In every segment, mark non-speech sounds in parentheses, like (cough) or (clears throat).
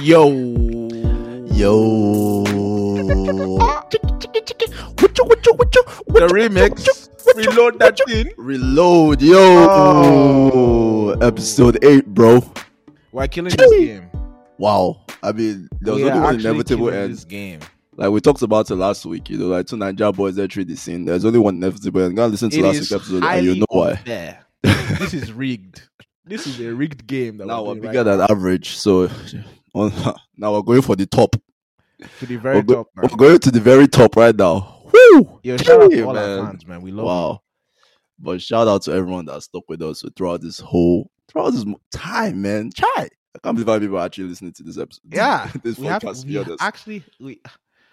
Yo. Yo. The remix. Reload that thing. Reload. Yo. Oh. Episode 8, bro. We're killing this game. Wow. I mean, there was We are only one actually inevitable killing end. This game. Like we talked about it last week, you know, like two Niger boys that trade the scene. There's only one inevitable end. Go and listen to It last is week's episode and you highly know why. (laughs) unfair. this is rigged. This is a rigged game. That Now we're we're doing bigger right than average, so (laughs) on, now we're going for the top. now. to the very we're, go- top, man. we're going to the very top right now. Woo! Yo, shout out Damn, to all our man. fans, man. We love you. Wow. But shout out to everyone that stuck with us throughout this whole throughout this mo- time, man. Chai. I can't believe how people are actually listening to (laughs) this (laughs) episode. Yeah, this we have podcast. to be we honest. actually we,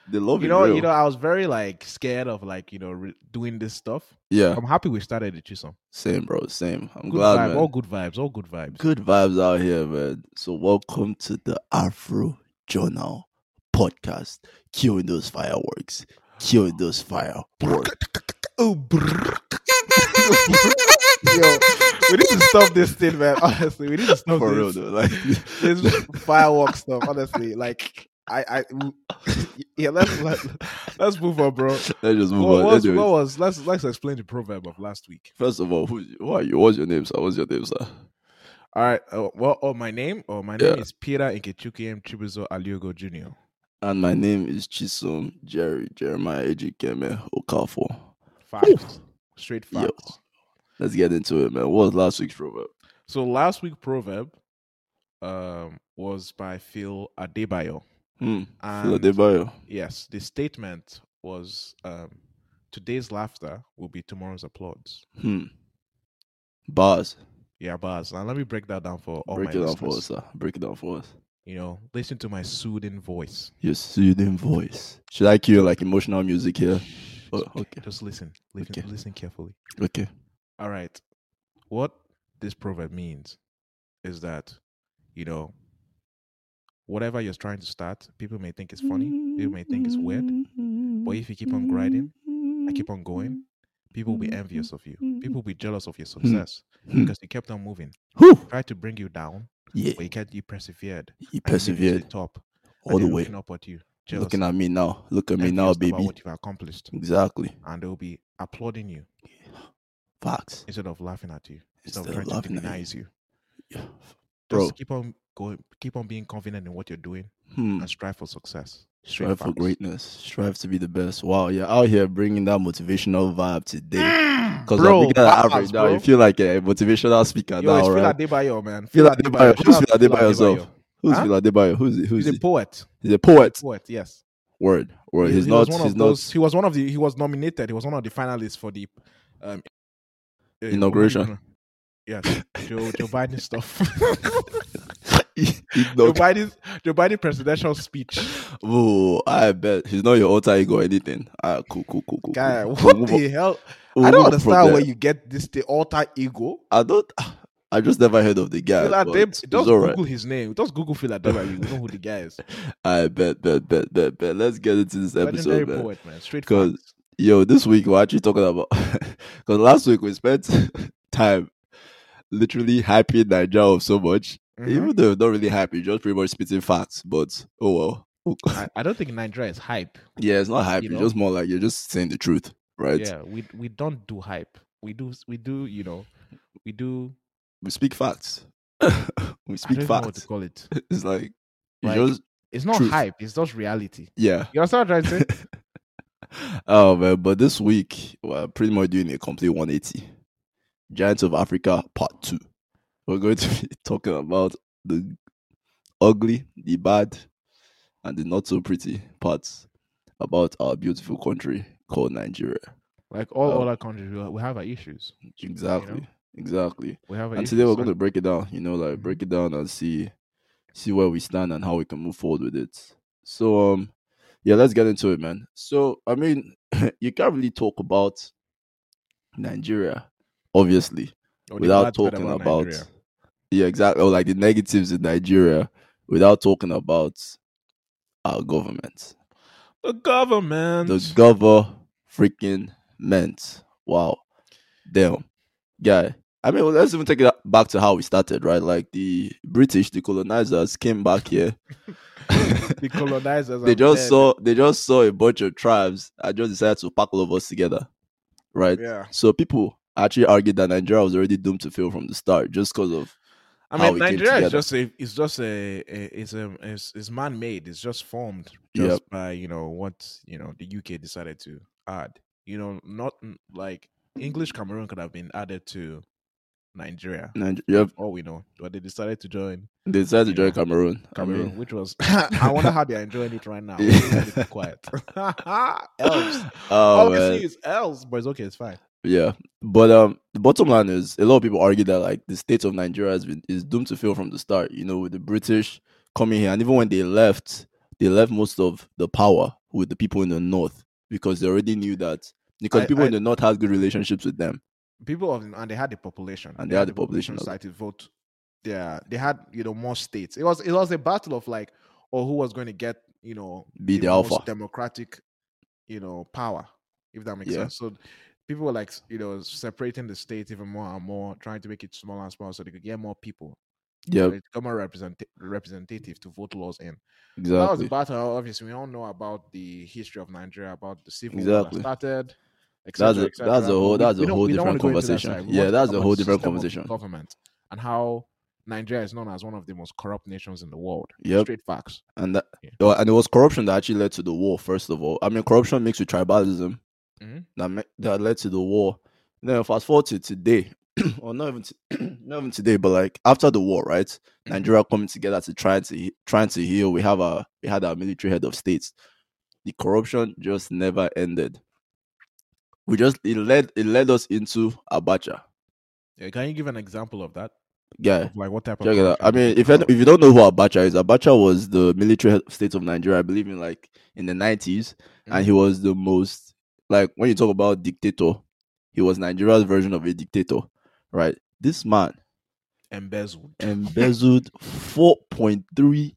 they love you it. know real. you know I was very like scared of like you know re- doing this stuff. yeah, I'm happy we started it, Chisholm. same, bro. Same. I'm Good glad, vibe, man. all good vibes, all good vibes. Good vibes out here, man. So welcome to the Afro Journal podcast. Killing those fireworks. Killing those fireworks. (laughs) Oh, brrr. Yo, we need to stop this thing, man. Honestly, we need to stop For real, this. though. (laughs) Like, this fireworks stuff. Honestly, like I, I, yeah. Let's let, let's move on, bro. let's just move What, on. was, Anyways. what was? Let's let's explain the proverb of last week. First of all, who, who are you? What's your name, sir? What's your name, sir? All right. Uh, well, oh, my name. Oh, my name Yeah. is Peter Nkechuki M Chibuzo Aliogo Jr. And my name is Chisom Jerry Jeremiah Ejikeme Okafor. Facts. Straight Yo. facts. Let's get into it, man. What was last week's proverb? So last week proverb um was by Phil Adebayo. Hmm. Phil And Adebayo. yes, the statement was um today's laughter will be tomorrow's applause. Hmm. Bars. Yeah, Baz. Now let me break that down for all Break Oh my it down for us, listeners. sir. Break it down for us. You know, listen to my soothing voice. Your soothing voice. Should I cue like emotional music here? Shh, Oh, it's okay. Just listen. Listen, Okay. listen carefully. Okay. All right. What this proverb means is that, you know, whatever you're trying to start, people may think it's funny, people may think it's weird, but if you keep on grinding, I keep on going, people will be envious of you. People will be jealous of your success Hmm. because you kept on moving. Whew. Tried to bring you down, Yeah. but you kept you persevered. He and you made it to persevered the top. and all the they're way. Looking up at you. Jealous. Looking at me now. Look at me now, envious about baby. What you've accomplished, Exactly. and they'll be applauding you Facts. instead of laughing at you, instead, Instead of of trying to laughing at you. demonize you. Yeah. Bro. Just keep on going. Keep on being confident in what you're doing Hmm. and strive for success. Straight Strive for facts. Mm. greatness. Strive to be the best. Wow, you're out here bringing that motivational vibe today. uh, Because Mm, Bro, I'm looking at bars, average now. bro. You feel like a motivational speaker Yo, it's now, Phil right? Adebayo, man. Phil Adebayo. Who's Shout out Phil to Adebayo yourself? Adebayo. Who's Huh? Phil Adebayo? Who's he? Who's He's a he? poet. He's a poet. Poet, yes. Word. Word. He- He's he not. Was one He's of not. Those, he was one of the. He was nominated. He was one of the finalists for the um, uh, Inauguration. Yes, Joe, Joe Biden (laughs) stuff. (laughs) Joe Ignore- Biden's Joe Biden presidential speech. Oh, I bet he's not your alter ego or anything. Ah, cool, cool, cool, cool. (laughs) Guy, cool. what We'll move on- the hell? we'll I don't move on from understand there. where you get this the alter ego. I don't. (sighs) I just never heard of the guy. Phil Adeb- but it's, it's just all right. Google his name. Just Google Phil Adebayo. You know who the guy is. I bet, bet, bet, bet, bet. Let's get into (laughs) this Legendary episode, man. poet, man. Straight 'Cause- facts. Yo, this week we're actually talking about (laughs) because last week we spent (laughs) time literally hyping Niger of so much, Mhm. even though not really happy, just pretty much spitting facts. But oh well, I, I don't think Nigeria is hype. (laughs) yeah, it's not hype. You it's know? just more like you're just saying the truth, right? Yeah, we we don't do hype. We do we do you know we do We speak facts. (laughs) we I speak don't know what to facts. (laughs) call it. It's like you Like- just It's not Truth. hype. It's just reality. yeah. You understand what I'm trying to say? (laughs) Oh man, but this week we're pretty much doing a complete 180. Giants of Africa Part Two. We're going to (laughs) be talking about the ugly, the bad, and the not so pretty parts about our beautiful country called Nigeria. like all Oh. other countries, we- we have our issues. Exactly, You know? exactly. We have our And issues. today we're going and to break it down. You know, like Mhm. break it down and see see where we stand and how we can move forward with it. So um yeah, let's get into it, man. So I mean, (laughs) you can't really talk about Nigeria, obviously, or the without bad part talking about Nigeria. yeah, exactly, or like the negatives in Nigeria, without talking about our government, the government. the (laughs) government freaking meant. Wow, damn, guy. I mean, well, let's even take it back to how we started, right? Like the British, the colonizers came back here. (laughs) The colonizers. (laughs) they are just dead. saw they just saw a bunch of tribes. I just decided to pack all of us together, right? Yeah. So people actually argued that Nigeria was already doomed to fail from the start, just because of I how mean, we came Nigeria is together. just a, it's just a, a it's a, it's, it's man-made. It's just formed Yep. just by you know what you know the UK decided to add. You know, not mm, like English Cameroon could have been added to Nigeria. Nigeria. All we know, but they decided to join They decided to join Yeah. Cameroon. I Cameroon, mean- which (laughs) was I wonder how they are enjoying it right now. Yeah. Be (laughs) quiet. (laughs) elves. Oh All we man. see is elves, but it's okay. It's fine. Yeah. But um, the bottom line is a lot of people argue that like the state of Nigeria has been is doomed to fail from the start. You know, with the British coming here, and even when they left, they left most of the power with the people in the north because they already knew that because I- people I- in the north had good relationships with them. people of and they had the population And they had the population as well. side to vote yeah they had you know more states it was it was a battle of like or who was going to get you know Be the most alpha. democratic you know power if that makes Yeah. sense so people were like s- you know separating the states even more and more trying to make it smaller and smaller so they could get more people Yeah, they got more represent- representative to vote laws in that was the exactly. battle obviously we all know about the history of nigeria about the civil war that Exactly. started That's etc, a- etc. that's a But whole- we- that's a we don't- whole we don't wanna different go into that conversation. side. We Yeah, want to that's talk a about whole the system different of conversation. government and how nigeria is known as one of the most corrupt nations in the world Yep. straight facts And that Yeah. oh, and it was corruption that actually led to the war. First of all, I mean, corruption mixed with tribalism Mhm. that me- that led to the war. Then fast forward to today, (clears throat) or not even to, not even today, but like after the war, right? Mhm. Nigeria coming together to try to he- trying to heal. We have our we had our military head of states. The corruption just never ended. We just it led it led us into Abacha. Yeah, can you give an example of that Yeah, Of, like what type of Check it out. I corruption mean, you're if you, talking if you don't know who Abacha is, Abacha was the military head of state of Nigeria, I believe in like in the 90s and Mm-hmm. he was the most like when you talk about dictator, he was Nigeria's version of a dictator, right? This man about? embezzled embezzled 4.3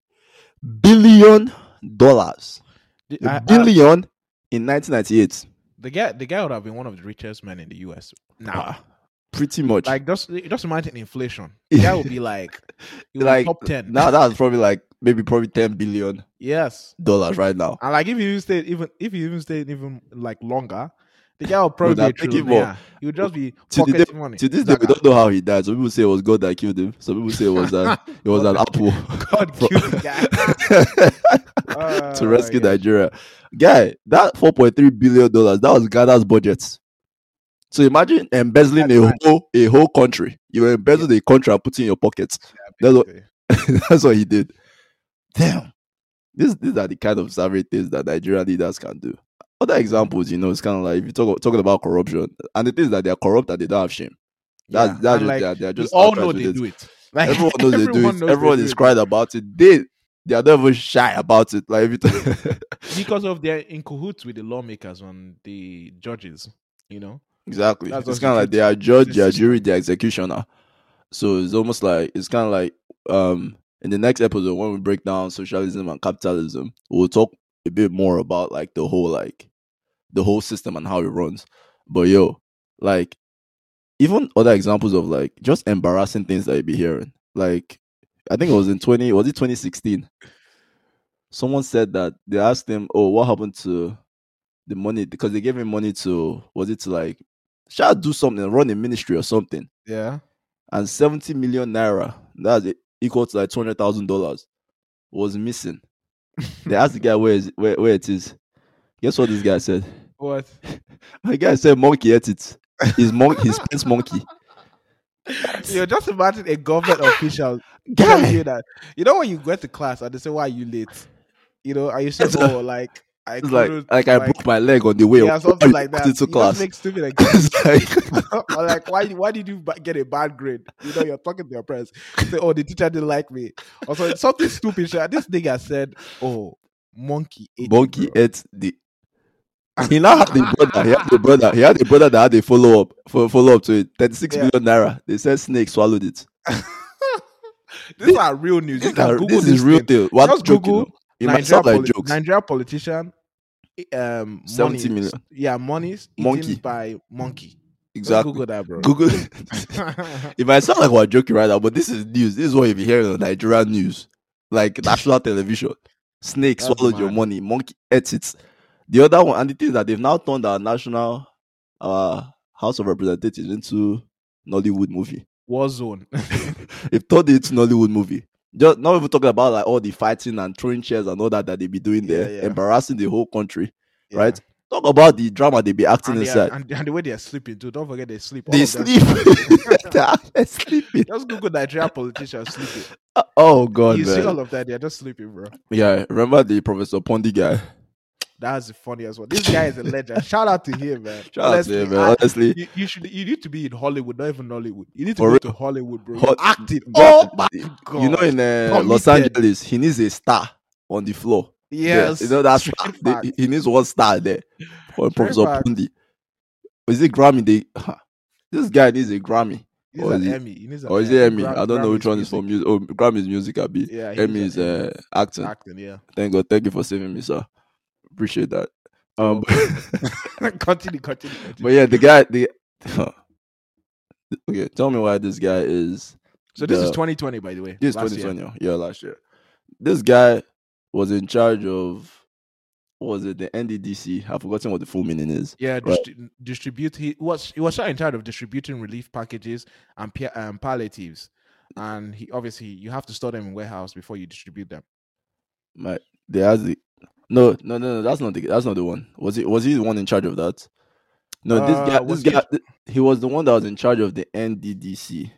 billion dollars, the, I- I- a billion in 1998. the guy the guy would have been one of the richest men in the us now Ah, pretty much. like just just imagine inflation the guy would (laughs) be like he would be Like, top 10 now that's probably like maybe probably 10 billion yes dollars right now. and like if you even stayed even if you even stayed even like longer the guy would probably they're be a taking more. trillionaire. He would just be To the pocketing day- money. To this day, we Zaga. don't know how he died. Some people say it was God that killed him. Some people say it (laughs) was uh, an it was an God apple (laughs) God from- killed the guy. (laughs) to rescue Ah, yeah. Nigeria. Guy, that four point three billion dollars that was Ghana's budget. So imagine embezzling That's a right. whole a whole country. You embezzled a country and put it in your pocket. (laughs) That's what- basically. That's what he did. Damn. This, these are the kind of savage things that Nigerian leaders can do. Other examples, you know, it's kind of like if you talk talking about corruption and the things that they are corrupt and they don't have shame. That's- Yeah, that's and just- they are- they are just we all outright know they idiots. do (laughs) it. Like, (laughs) everyone knows they everyone do knows it. they everyone do is it. crying about it. They they are never shy about it. Like if you talk- (laughs) because of their in cahoots with the lawmakers and the judges. You know, exactly, That's it's what kind of you like do they are judge, the they are system. jury, they are executioner. So it's almost like it's kind of like um in the next episode when we break down socialism and capitalism, we'll talk a bit more about like the whole like the whole system and how it runs. But yo, like even other examples of like just embarrassing things that you be hearing. Like I think it was in twenty was it twenty sixteen? Someone said that they asked him, "Oh, what happened to the money?" Because they gave him money to was it to like shall do something, run a ministry or something, yeah, and seventy million naira that's it, equal to like two hundred thousand dollars was missing. They asked the guy where is where where it is. Guess what this guy said? what? My guy said monkey ate it. His monkey, his (laughs) prince monkey. You just imagine a government official (laughs) Guy. telling you that. You know when you go to class and they say, "Why are you late?" You know, and you say, It's a- "Oh, like I It's like couldn't, like I broke my leg on the way. yeah, up something like that." Into you class. just make stupid (laughs) excuses. (laughs) It's like- or like, (laughs) why, why did you ba- get a bad grade? You know, you're talking to your parents. Say, oh, the teacher didn't like me. Or so, something stupid. sha. This nigga said, oh, monkey ate you, monkey bro. ate (laughs) the. He now had a brother. He had a brother. He had a brother that had a follow up for follow up to it. Thirty six Yeah. million naira. They said snake swallowed it. These are real news. You This, can are- Google this is real thing. deal. What Just joke, Google you know? It might Nigeria, sound like poli- jokes. Nigeria politician, um, 70 money- million. Yeah, money Monkey. eaten by monkey. Just exactly. Google that, bro. Google. (laughs) if I sound like we're joking right now, but this is news. This is what you'll be hearing on Nigerian news, like national television. Snake That's swallowed your mad. money. Monkey ate it. The other one, and the thing is that they've now turned our national uh, House of Representatives into Nollywood movie. (laughs) Warzone. They've turned it into Nollywood movie. Just not even talking about like all the fighting and throwing chairs and all that that they be doing there, Yeah, yeah. embarrassing the whole country. Yeah. (laughs) Right? Talk about the drama they be acting And, they inside. are, and, and the way they are sleeping too. Don't forget they sleep. All they of them. sleep. (laughs) (laughs) They're sleeping. Just Google Nigerian politicians sleeping. Oh (laughs) God, you see man. all of that, they're just sleeping, bro. Yeah, remember the Professor Pondy guy? That's the funniest one. This guy is a legend. Shout out to him, man. Shout out to him, Honestly, man. I- Honestly, you, you should you need to be in Hollywood, not even Nollywood. You need to For go real. to Hollywood, bro. Hol- Acting. God, Oh my god. you know in uh, Committed. Los Angeles, he needs a star on the floor. There, yes. you know that Straight star. back. He- He needs one star there. For Professor back. Pondy, is it Grammy? They huh. this guy needs a Grammy, He needs or an is it- Emmy. He needs an or is it Emmy? I don't know which one is for music. music. Oh, Grammy's music, I be. Yeah, he Emmy needs is an uh, acting. acting. Yeah. (laughs) Thank God. Thank you for saving me, sir. Appreciate that. Um, continue, continue. continue. but yeah, the guy, the (laughs) okay, tell me why this guy is so this is the- 2020, by the way. this is last year. 2020, yeah, last year. This guy was in charge of what was it the NDDC? I've forgotten what the full meaning is. Yeah, distri- distribute. He was he was in charge of distributing relief packages and pa- um, palliatives, and he obviously you have to store them in warehouse before you distribute them. My they has the no, no, no, no. That's not the that's not the one. Was he was he the one in charge of that? No, this Uh, guy, was this he- guy, he was the one that was in charge of the NDDC.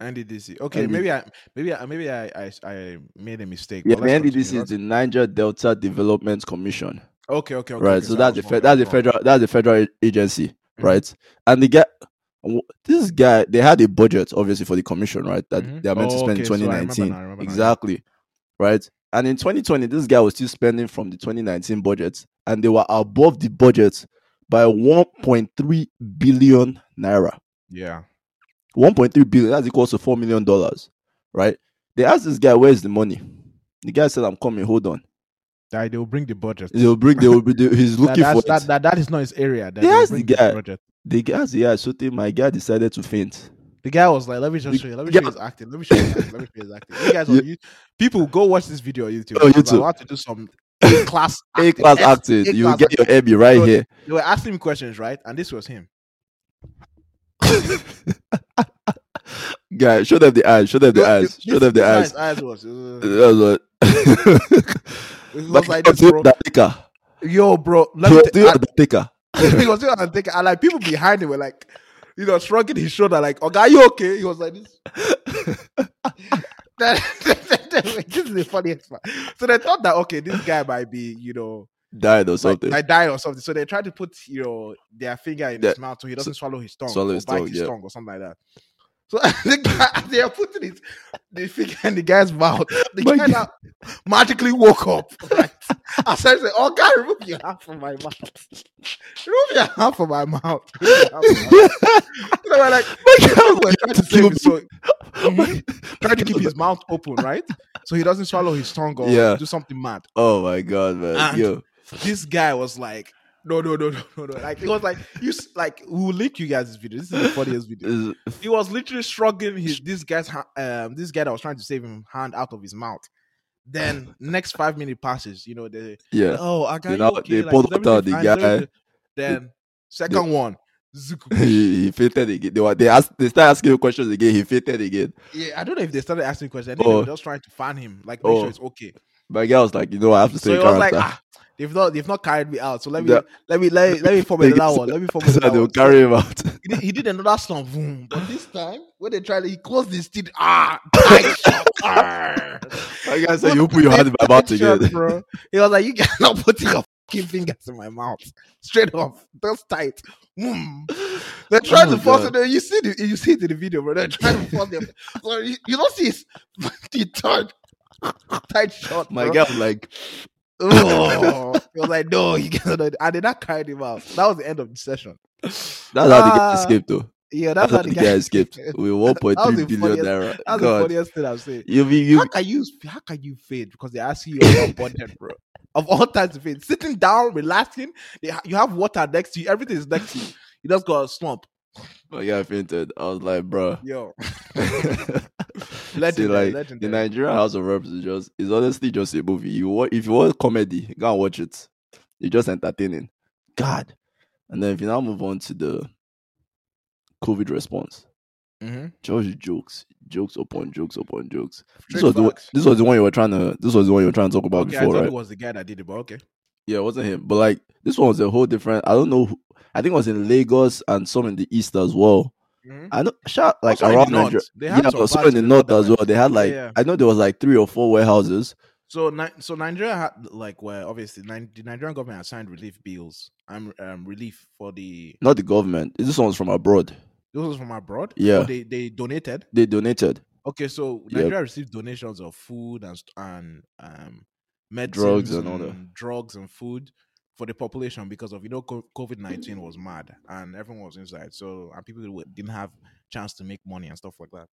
NDDC. Okay, ND. maybe I maybe I maybe I I, I made a mistake. Yeah, but the let's NDDC continue. is the Niger Delta Development Commission. okay, okay, okay. right? okay, so I that's was the wrong, I fe- that's the was wrong. federal that's the federal a- agency, Mhm. right? And the guy, w- this guy, they had a budget obviously for the commission, right? That Mhm. they are meant to Oh, spend okay, in so I remember 2019, now, I remember now, yeah. exactly, right? And in 2020, this guy was still spending from the 2019 budget, and they were above the budget by 1.3 billion naira. Yeah, 1.3 billion that's equals to four million dollars, right? They asked this guy, "Where's the money?" The guy said, "I'm coming. Hold on. that they will bring the budget. They'll bring. They will. Be, they- he's That, looking for that's- it." that, that, that is not his area. That They will asked the bring guy. budget. The guy, yeah, shooting. My guy decided to faint. The guy was like, "Let me just The show you. Let me guy- show you his acting. Let me show you. His acting. Let me show you his acting." You guys on Yeah. YouTube, people go watch this video on YouTube. On because I YouTube. want to do (laughs) some class A class acting. You will get your Emmy right So- here. They were asking him questions, right? And this was him. Guy, show them the eyes. Show them the eyes. Show them the eyes. His eyes (laughs) was, uh, That's what. (laughs) it was (laughs) Like, like don't this, do bro. that thicker. Yo, bro, let me. Don't T- do that thicker. (laughs) he was doing and thinking, and like people behind him were like, you know, shrugging his shoulder, like, "Oh, guy, you okay?" He was like (laughs) this. (laughs) this is the funniest part. So they thought that okay, this guy might be, you know, Died or like, something. like died or something. So they tried to put you know their finger in his Yeah. mouth so he doesn't swallow his tongue swallow or his bite tongue, his yeah. tongue or something like that. So (laughs) the guy, they are putting his the finger in the guy's mouth. The My guy God. now magically woke up. (laughs) Right? I said, "Oh God, remove your hand from my mouth. (laughs) Remove your hand from my mouth." (laughs) Remove your hand from my mouth." (laughs) so they were like, My guy we're was trying to save killed his soul. me. (laughs) Trying to keep his mouth open, right? So he doesn't swallow his tongue or Yeah. do something mad. Oh my god, man. And- Yo. this guy was like, no, no, no, no, no, no. Like it was like you s- like we will link you guys this video. This is the funniest video. Is- He was literally shrugging his this guy's ha- um this guy that was trying to save him hand out of his mouth. Then next five minute passes, you know the Yeah. oh I got Then you out- okay. they like, pulled is out the everything fine? Is guy. everything-" (laughs) Then second one, zook. (laughs) He, he fainted again. They were they asked they started asking him questions again. He fainted again. yeah, I don't know if they started asking questions. I think they Oh. were just trying to fan him, like make Oh. sure it's okay. My guy was like, you know, what, I have to So stay he in was like, character. ah, they've not they've not carried me out. So let me Yeah. let me let me let me form (laughs) They- another one. Let me form (laughs) so another they'll one. So- carry him out. (laughs) he did, he did another song, boom. But this time, when they tried, he closed his teeth. Ah, tight shot. Ah. Like I said, you put your hand in my mouth Tight shot, again. bro. He was like, "You cannot put your fucking fingers in my mouth, straight off. That's tight." Mm. They tried Oh, to force God. it. You see, the, you see it in the video, bro. They tried to force (laughs) them. So you, you don't see his (laughs) teeth tight, tight shot. (laughs) My bro. guy was like, (laughs) oh. he was like, "No, you cannot." do it." I did not carry him out. That was the end of the session. that's how the guy Ah, escaped, though. Yeah, That's, that's, how the (laughs) (laughs) guy, escaped with one point That was three the billion funniest- naira. That's the God, funniest thing I've seen. you be you. how can you how can you fade because they ask you (laughs) about budget, bro? Of all times to fade, sitting down, relaxing, they, ha- you have water next to you, everything is next to you. You just got a slump. My guy fainted. I was (laughs) like, bro. Yo, (laughs) See, Legendary, like the legendary. Nigerian House of Reps is just is honestly just a movie. You wa- if you want comedy, go and watch it. It's just entertaining. God. And then if you now move on to the COVID response, mm-hmm. just jokes, jokes upon jokes upon jokes. This was the one- this was the one you were trying to this was the one you were trying to talk about okay, I before, thought right? it was the guy that did it, but okay. Yeah, it wasn't him. But like this one was a whole different. I don't know. Who, I think it was in Lagos and some in the east as well. Mhm. I know, shout, Mm-hmm. like Also in the around north. Nigeria. They yeah, had some but some bad in the things north about as well. that. They had like Yeah, yeah. I know there was like three or four warehouses. So, Ni- so Nigeria had like where obviously Ni- the Nigerian government had signed relief bills. Um, um, relief for the Not the government. This one's from abroad. those was from abroad. Yeah. So they they donated. They donated Okay, so Yep. Nigeria received donations of food and st- and um medicines Drugs and all that. drugs and food for the population because of you know COVID nineteen Mm. was mad and everyone was inside, so and people wa- didn't have chance to make money and stuff like that.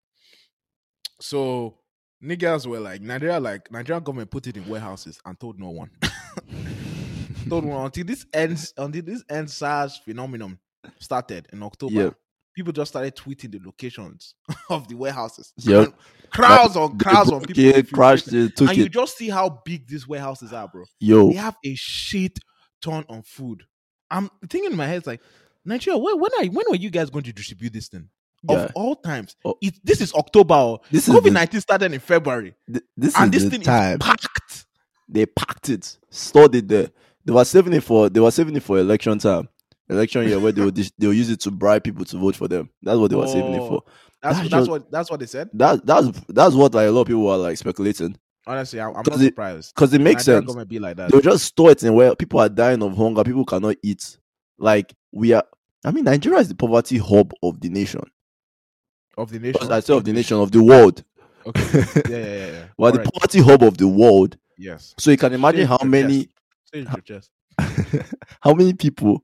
So niggas were like Nigeria, like Nigerian government put it in warehouses and told no one, (laughs) told (laughs) no one until this ends until this end SARS phenomenon started in October. Yep. People just started tweeting the locations (laughs) of the warehouses. Yep. And crowds on They crowds on broke people. it, crashed it, took and you it. just see how big these warehouses are, bro. Yo, They have a shit ton of food. I'm thinking in my head, it's like, Nigeria, when when are when were you guys going to distribute this thing? Yeah. Of all times, Oh. it, this is October. oh. this is COVID the, nineteen started in February, th- this and is this the thing time. is packed. they packed it, stored it there. They were saving it for they were saving it for election time, election year where they will dis- they will use it to bribe people to vote for them. That's what they were saving it Oh. for. That's that's, That's just- what that's what they said. That that's that's what like a lot of people were like speculating Honestly, I, I'm not Because it surprised. because it makes Nigerian sense. government be like that. They'll just store it in where people are dying of hunger, people cannot eat. Like we are. I mean, Nigeria is the poverty hub of the nation. of the Because nation. I say of the nation of the world. (laughs) Okay. Yeah, yeah, yeah. yeah. We're the Correct. poverty hub of the world. (laughs) Yes. So you can imagine Yes, how yes. many Say it with your chest. (laughs) how many people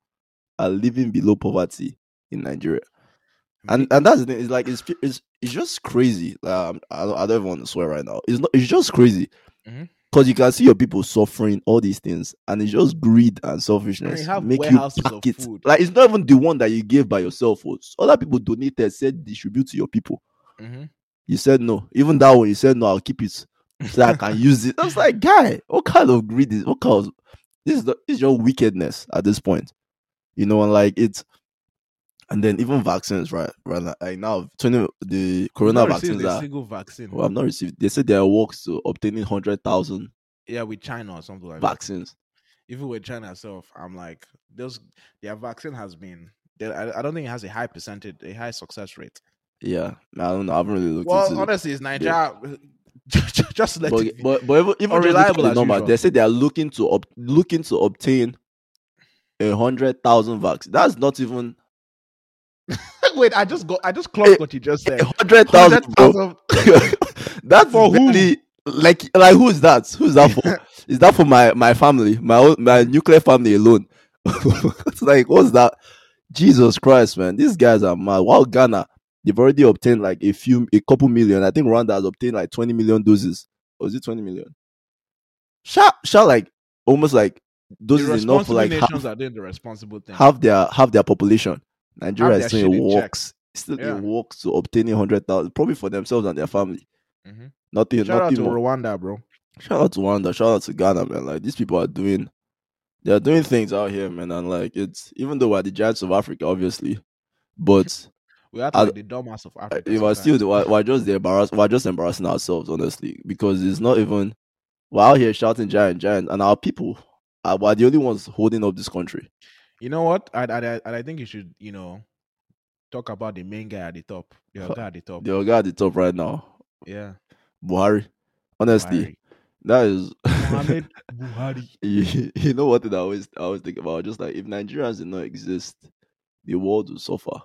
are living below poverty in Nigeria. and Me- and that's the thing. It's like it's it's, it's just crazy. Um, I don't, I don't even want to swear right now. It's not. It's just crazy because Mhm. you can see your people suffering all these things, and it's just greed and selfishness have make you warehouses of pack it. food. Like it's not even the one that you gave by yourself. oh. Other people donated, said distribute to your people. Mhm. You said no. Even that one, you said no. I'll keep it so I can use (laughs) it. I was like, guy, what kind of greed is? What kind of this is? The, this is your wickedness at this point. You know, and like it's, and then even vaccines, right? Right now- like now, twenty the corona Not received vaccines ah. a are. single vaccine. Well, I've not received. They said there are works to obtaining hundred thousand yeah, with China or something like that. vaccines. Even with China itself, I'm like, those their vaccine has been. they- I, I don't think it has a high percentage, a high success rate. Yeah, I don't know. I haven't really looked Well, into. it. honestly, it's Nigeria. (laughs) just just let But, it. Be. but but even, even just Unreliable looking at as the number, usual. they said they are looking to ob- looking to obtain a hundred thousand vaccines. That's not even (laughs) Wait, I just go. I just clocked what you just said. (laughs) hundred thousand. Hundred thousand. (laughs) That's For whom? really like like who's that? Who's (laughs) that for? Is that for my my family, my own, my nuclear family alone? (laughs) it's like what's that? Jesus Christ, man, these guys are mad. Wow, Ghana, they've already obtained like a few, a couple million. I think Rwanda has obtained like twenty million doses. Or is it twenty million? Sha, sha, like almost like The doses enough responsible for like half, nations are doing the responsible thing. half their half their population. Nigeria Have is their still shit in in check. works, still Yeah. in works to obtaining hundred thousand, probably for themselves and their family. Mhm. Nothing, Shout out nothing to more. Rwanda, bro. Shout out to Wanda. Shout out to Ghana, man. Like these people are doing, they are doing things out here, man. And like it's even though we're the giants of Africa, obviously, (laughs) but We are I- like the dumbass of Africa. we are sometimes. still we're, we're just the embarrass we're just embarrassing ourselves, honestly, because it's not even we're out here shouting giant, giant, and our people are we're the only ones holding up this country. You know what? I I, I- I think you should you know talk about the main guy at the top, the guy at the top. The guy at the top right now, Yeah, Buhari. Buhari. Honestly, that is (laughs) Mohammed Buhari. (laughs) (laughs) you, you know what thing I always I always think about just like if Nigerians did not exist, the world (laughs) would suffer.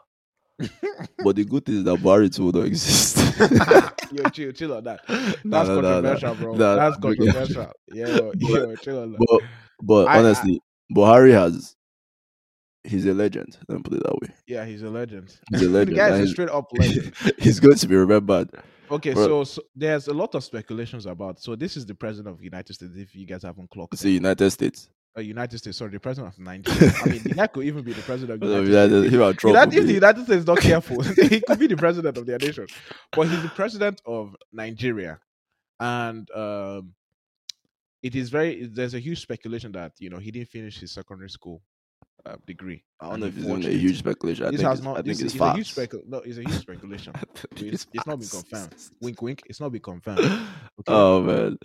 but the good thing is that Buhari too would not exist. (laughs) yo, chill, chill on that. Nah, That's nah, nah, nah. controversial, bro. Nah, That's but- controversial. Yo, yo, chill on that. But but I- I- honestly, Buhari has he's a legend. Let me put it that way. Yeah, he's a legend. He's a (laughs) the legend. guy and is a straight up (laughs) legend. he's, he's going to be remembered. Okay, so, Bro. so there's a lot of speculations about. So this is the president of the United States. If you guys haven't clocked, It's the it. United States. uh, United States, sorry, the president of Nigeria. I mean, that could even be the president of So United if that States. is- if I If drop, that- would if (laughs) the be- United States is not careful, (laughs) he could be the president of their nation. But he's the president of Nigeria, and um, it is very. There's a huge speculation that you know he didn't finish his secondary school uh, degree. I don't know and if he it's even forged a it. huge speculation. I This think has it's, not. I think this it's is a huge facts. speculation. No, it's a huge (laughs) speculation. I think It's, it's not been facts. confirmed. Wink, wink. It's not been confirmed. (laughs) Okay. Oh man,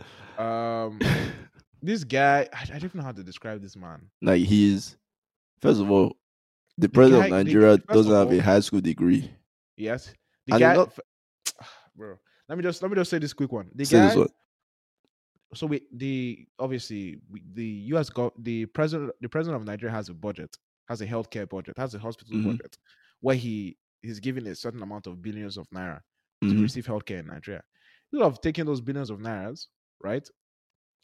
Um, (laughs) this guy. I, I don't even know how to describe this man. like he's first of all, the guy- president the- of Nigeria first of doesn't have all- a high school degree. Yes. The And guy. not- f- (sighs) bro, let me just let me just say this quick one. The Say guy. this one. so we the obviously we, the U.S. Gov, the president the president of Nigeria has a budget, has a healthcare budget, has a hospital Mhm. budget, where he he's given a certain amount of billions of naira to Mhm, receive healthcare in Nigeria. Instead of taking those billions of nairas, right,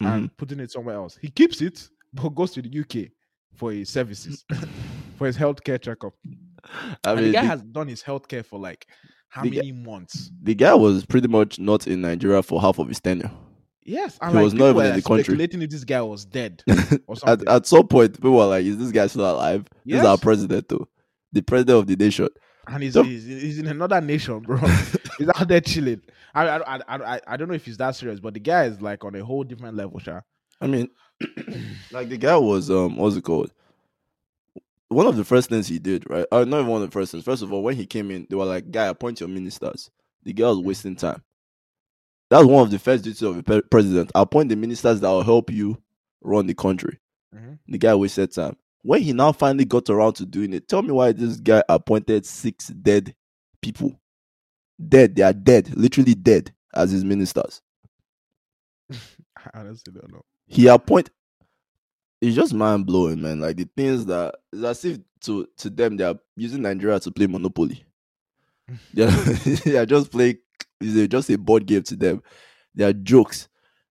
mhm. and putting it somewhere else, he keeps it (laughs) but goes to the UK for Mm. his services (laughs) for his healthcare checkup. mm-hmm. I and mean, the guy the, has done his healthcare for like how the guy- many months? the guy was pretty much not in Nigeria for half of his tenure. Yes, and He like, was not people even were, in like, the country. speculating if this guy was (laughs) dead or At something. at some point, people were like, "Is this guy still alive? This is our Yes. president, though, the president of the nation." and he's, Don't- he's, he's in another nation, (laughs) bro. he's out there chilling. I, I, I- I, I- I don't know if he's that serious, but the guy is like on a whole different level, sha. (laughs) I mean, (clears throat) like the guy was um, what's it called? One of the first things he did, right? Uh, not even one of the first things. First of all, when he came in, they were like, "Guy, appoint your ministers." The guy was wasting time. That's one of the first duties of a pe- president. Appoint the ministers that will help you run the country. Mhm. The guy wasted time. When he now finally got around to doing it, tell me why this guy appointed six dead people. Dead, they are dead, literally dead as his ministers I honestly don't know. he appoint it's just mind blowing, man. Like the things that it's as if to to them they are using Nigeria to play (laughs) Monopoly. They are, (laughs) they are just playing it's a- just a board game to them. They are jokes.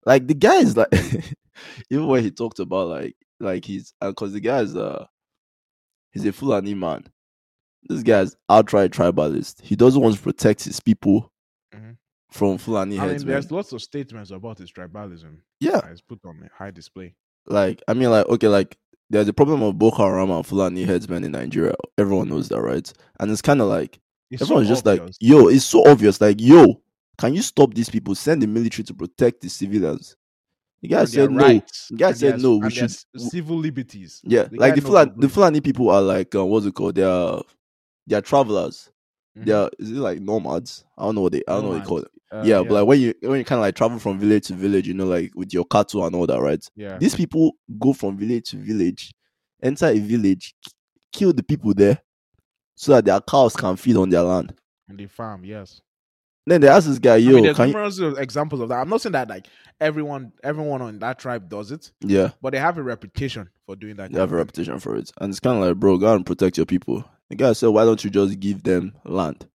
Like the guy is like (laughs) even when he talked about like like he's because the guy is uh he's a Fulani man. This guy's outright tribalist. He doesn't want to protect his people Mhm. from Fulani I heads. mean, man. there's lots of statements about his tribalism yeah, that is put on a high display. like I mean like okay like there's a problem of Boko Haram and Fulani headsmen in Nigeria. Everyone knows that, right? And it's kind of like It's so everyone's just like, obvious. yo, it's so obvious. Like, yo, can you stop these people? Send the military to protect the civilians. The guy And their said no. rights, The guy and said their- no, we and their should- s- civil liberties. Yeah, The like guy the knows Fulani, what the to Fulani people are like uh, what's it called? They are they are travelers. Mhm. They are is it like nomads? I don't know what they I don't know what they call Nomads. them. Uh, yeah, but like when you when you kind of like travel from village to village, you know, like with your cattle and all that, right? yeah, These people go from village to village, enter a village, k- kill the people there so that their cows can feed on their land. on the farm, yes. Then they ask this guy, I yo, mean, there's can you? numerous of examples of that. I'm not saying that like everyone, everyone on that tribe does it, Yeah, but they have a reputation for doing that. they have a kind of reputation for it. And it's kind of like, bro, go out and protect your people. The guy said, why don't you just give them land?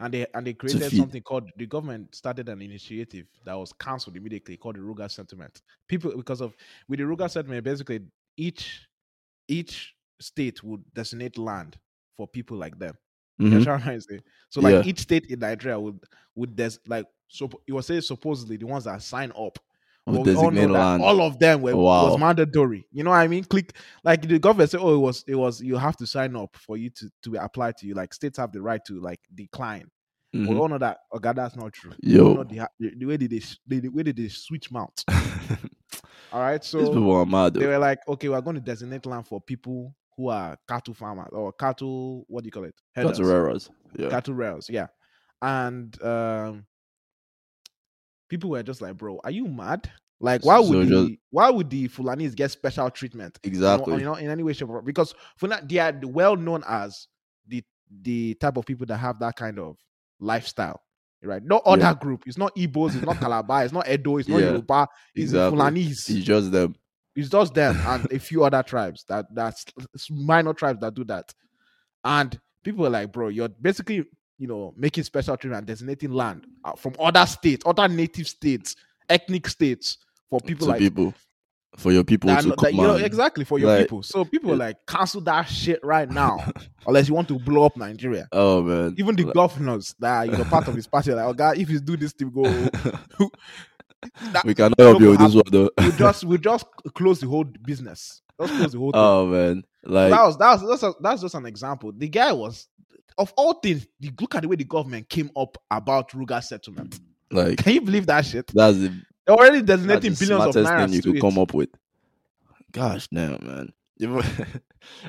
and they and they created feed. something called the government started an initiative that was cancelled immediately called the Ruga settlement. People because of with the Ruga settlement, basically each each state would designate land for people like them. You Mhm. understand what I'm saying? So like Yeah. each state in Nigeria would would des- like so you were saying supposedly the ones that sign up. Or but we all know designate that land. all of them were Wow. was mandatory. You know what I mean? Click like the government said, oh, it was it was you have to sign up for you to to apply to you. Like states have the right to like decline. Mhm. We all know that. Okay, that's not true. We all know the, Yo, the, the way did they sh- the, the way did they switch mouth. All right, (laughs) these so people are mad. they though. were like, okay, we're going to designate land for people who are cattle farmers or cattle. What do you call it? Herders. That's railroads. Yeah, Cattle rails. Yeah, and um, people were just like, bro, are you mad? Like, why would So the just- why would the Fulanis get special treatment? you know, exactly. you know, in any way, shape, or form. Because Fulani, they are well known as the the type of people that have that kind of lifestyle, right? No Yeah. other group. It's not Igbos. It's not Calabar. It's not Edo. It's not Yeah, Yoruba. It's the Exactly. Fulanis. It's just them. It's just them and a few other tribes that that's s- minor tribes that do that. And people are like, bro, you're basically you know making special treatment and designating land uh, from other states, other native states, ethnic states for people to like people for your people that- to that- come you know, on. exactly for your Like- people. So people are like cancel that shit right (laughs) now, unless you want to blow up Nigeria. Oh man, Even the Like- governors that are, you know part of his party, are like, oh god, if you do this to go, That- we cannot help you with this happen. one though. we just we just close the whole business. Just close the whole thing. (laughs) oh man, like that was that was that's, a- that's just an example. The guy was of all things. The, look at the way the government came up about Ruga settlement. like Can you believe that shit? that's the, They're already that's the designating billions of smartest naira thing you to could it. come up with. Gosh damn man. (laughs) You-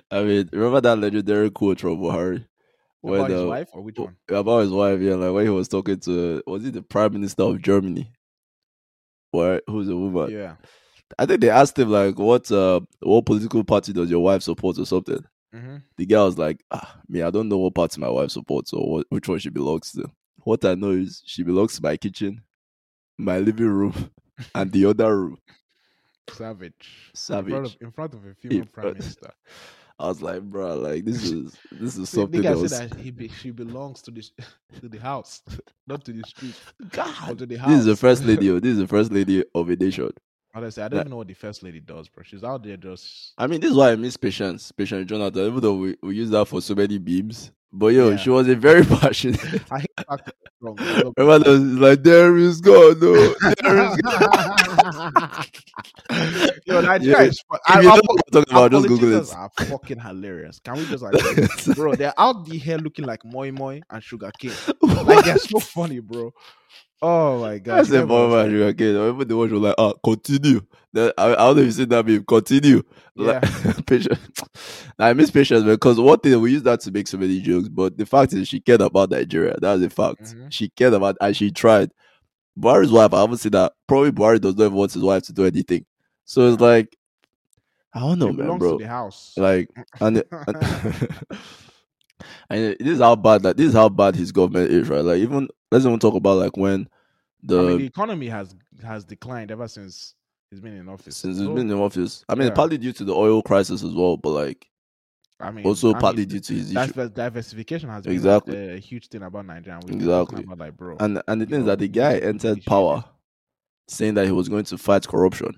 I mean, remember that legendary quote from Buhari About when, his uh, wife or which one? about his wife, yeah, like when he was talking to was it the prime minister of Germany? Where who's a woman? Yeah. I think they asked him like what uh what political party does your wife support or something. hmm The guy was like, ah, me, I don't know what party my wife supports or what, which one she belongs to. What I know is she belongs to my kitchen, my living room, (laughs) and the other room. Savage. In front Savage. of, in front of a female prime front- minister. I was like, bro, like (laughs) this is this is See, something nigga else. said that he be, she belongs to the sh- (laughs) to the house, (laughs) not to the street, or God, to the house. (laughs) this is the first (laughs) lady. oh, This is the first lady of a nation. Honestly, I don't Like- even know what the first lady does, bro. She's out there just I mean, this is why I miss Patience, Patience Jonathan, even though we, we use that for so many memes. But yo, Yeah. she was a very (laughs) (laughs) passionate. I hate the fact that it's (laughs) wrong. I love- Everyone was like, there is God, no, (laughs) (laughs) there is God. (laughs) Yo, that Yeah. guy is fu- If I- you our don't pol- know what I'm talking our about, just Google politicians it. are fucking hilarious. Can we (laughs) just like, bro? They're out the here looking like moi moi and sugar cane. Like they're (laughs) so funny, bro. Oh my god! I said, boy, man, you again. I remember the ones who were like, oh, continue. Then, I, I don't know if you seen that meme, continue. Like, (laughs) patience. Nah, I miss patience because one thing, we use that to make so many jokes, but the fact is, she cared about Nigeria. That's a fact. Mhm. She cared about and she tried. Buhari's wife, I haven't seen that. Probably Buhari does not even want his wife to do anything. So it's like, I don't know, it man, Mm-hmm. belongs bro. to the house. Like, and, and, (laughs) (laughs) and this is how bad that this is how bad his government is, right? Like, even let's even talk about like when I mean, the the economy has has declined ever since he's been in office. since he's So, been in office. I mean, yeah. partly due to the oil crisis as well, but like I mean, also I mean, partly due to his issue. diver- diversification has been Exactly. a huge thing about Nigeria. and We've been talking Exactly. about like, bro, And and the you thing is know, that the guy it's- entered it's power saying that he was going to fight corruption,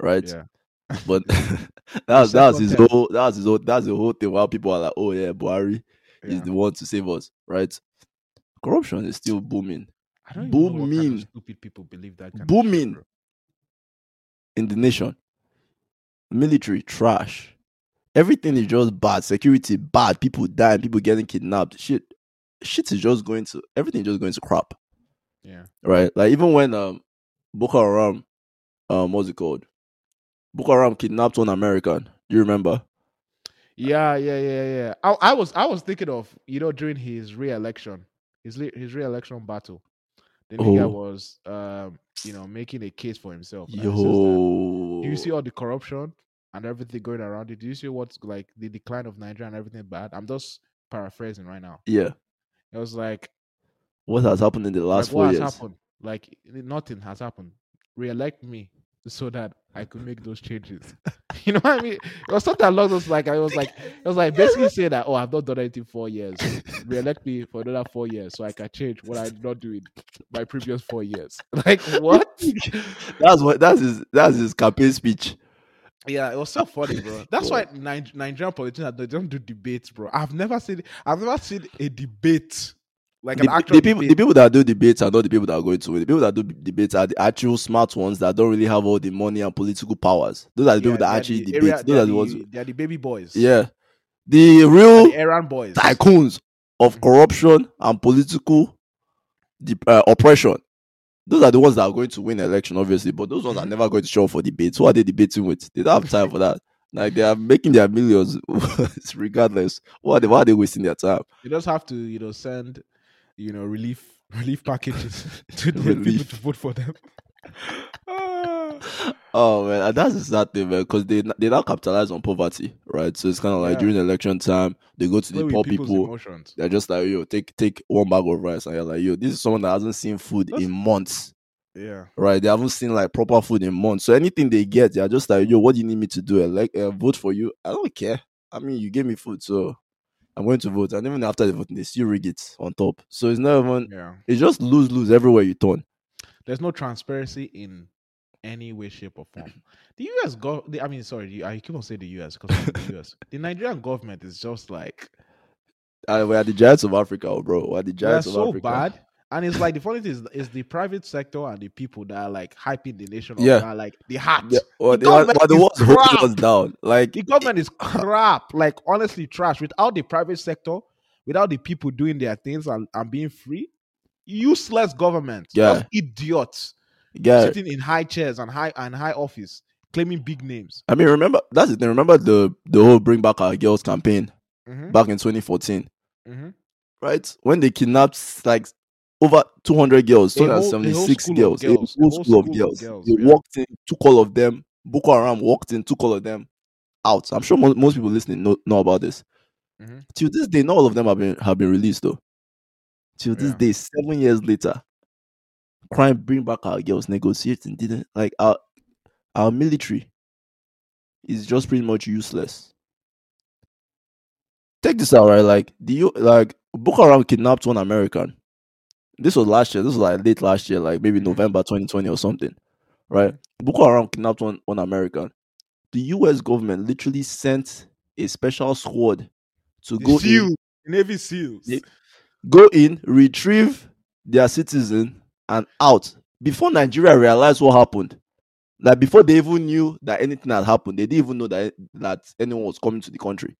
right? yeah. But (laughs) that's said that's so his then. whole that's his whole that's the whole thing. While people are like, oh yeah, Buhari yeah. is the one to save us, right? Corruption is still booming I don't even know what kind booming. of stupid people believe that. Kind of shit, Booming. bro. in the nation. Military trash. Everything is just bad. Security bad. People dying. People getting kidnapped. Shit, shit is just going to everything is just going to crap. Yeah. right? Like even when um Boko Haram, um, what's it called? Boko Haram kidnapped one American. Do you remember? Yeah, yeah, yeah, yeah. I, I was I was thinking of you know during his re-election, his le- his re-election battle, the nigga Oh. was um you know making a case for himself. and he says that, Yo, do you see all the corruption and everything going around it? Do you see what's like the decline of Nigeria and everything bad? I'm just paraphrasing right now. yeah, It was like, what has happened in the like, last what four has years? happened? Like nothing has happened. Re-elect me so that I could make those changes. (laughs) you know what I mean? It was something along those like I was like It was like basically saying that, oh, I've not done anything four years. Re-elect me for another four years so I can change what I did not do in my previous four years. (laughs) Like what? (laughs) that's what that's his that's his campaign speech. yeah, it was so funny, bro. (laughs) That's why Nig- Nigerian politicians they don't do debates, bro. I've never seen I've never seen a debate like an the, actual the people debate. the people that do debates are not the people that are going to win. The people that do debates are the actual smart ones that don't really have all the money and political powers. Those are the people Yeah, that they're actually the debate. area- Those they're are the ones. the- they're the baby boys. Yeah, the They're real the errand boys. tycoons of Mhm. corruption and political de- uh, oppression. Those are the ones that are going to win election, obviously, but those ones are Mhm. never going to show up for debates. Who are they debating with? They don't have time for that. Like they are making their millions (laughs) regardless. Why are they, why are they wasting their time? You just have to, you know, send, you know, relief (laughs) relief (laughs) packages to the people Relief. to vote for (laughs) them. Ah. Oh man, and that's the sad thing, man, because they they now capitalize on poverty, right? So it's kind of like Yeah. during election time, they go to play the with poor people's people. emotions. They're just like, yo, take take one bag of rice, and you're like, yo, this is someone that hasn't seen food That's- in months. Yeah, right? They haven't seen like proper food in months. So anything they get, they're just like, yo, what do you need me to do? Like, uh, vote for you? I don't care. I mean, you gave me food, so I'm going to vote. And even after the voting, they still rig it on top. So it's not even. yeah. It's just lose lose everywhere you turn. There's no transparency in any way, shape, or form. The U.S. gov. the- I mean, sorry, the- I keep on saying the U.S. because the U.S. The Nigerian government is just like Uh, we are the giants of Africa, oh, bro. We are the they are giants of so Africa. bad And it's like the funny thing is, is the private sector and the people that are like hyping the nation up Yeah. are like the heart. Yeah, well, The they are, government well, the is ones holding crap. us down. Like The government is crap, like honestly trash. Without the private sector, without the people doing their things and, and being free, useless government. Yeah. Just idiots yeah, sitting in high chairs and high and high office claiming big names. I mean, remember that's the thing. Remember the the whole bring back our girls campaign Mhm, back in 2014, mhm. right? When they kidnapped like over 200 girls, A whole- a whole 276 school of girls, girls, a whole school of girls. They yeah. walked in, took all of them. Boko Haram walked in, took all of them out. I'm sure mo- most people listening know, know about this. Mhm. Till this day, not all of them have been have been released though. Till this Yeah. day, seven years later, crime bring back our girls negotiating didn't like our our military is just pretty much useless. Take this out, right? Like the U- like Boko Haram kidnapped one American. This was last year. This was like late last year, like maybe Mhm. November 2020 or something, right? Boko Haram kidnapped one one American. The U.S. government literally sent a special squad to The go in, SEAL, Navy SEALs. They- go in, retrieve their citizen and out. Before Nigeria realized what happened, like before they even knew that anything had happened, they didn't even know that that anyone was coming to the country.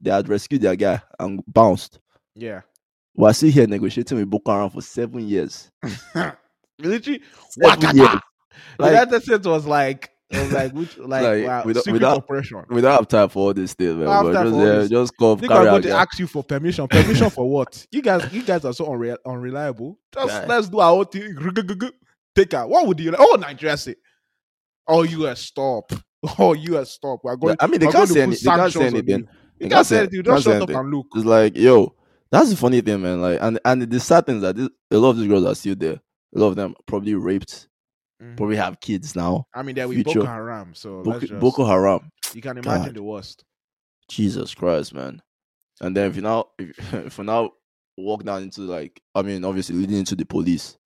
They had rescued their guy and bounced. Yeah. We're still here negotiating with Boko Haram for seven years. Literally, Seven Wakata! years. the Like, United States was like, was like, which, like, (laughs) Like, wow, without- secret without- operation. we don't have time for all this still, man. Don't have But time just, for all yeah, this. just come I think I'm carry going out. to yeah. ask you for permission. Permission for what? You guys, you guys are so unre- unreliable. Just Yeah. let's do our own thing. Gugugugu. Take out. What would you? Oh, Nigeria say, oh, you are stop. (laughs) Oh, you are stop. We're going. Yeah, I mean, they we're can't going to say put any- they can't say sanctions on anything. You, you can't say anything. You Just can't shut say up anything. and look. It's like, yo, that's the funny thing, man. Like, and and the sad thing is that this, a lot of these girls are still there. A lot of them probably raped, Mhm. probably have kids now. I mean, there we Future. Boko Haram. So Boko, let's just, Boko Haram. you can imagine God. the worst. Jesus Christ, man. And then if you now if, (laughs) if you now walk down into like I mean obviously leading into the police,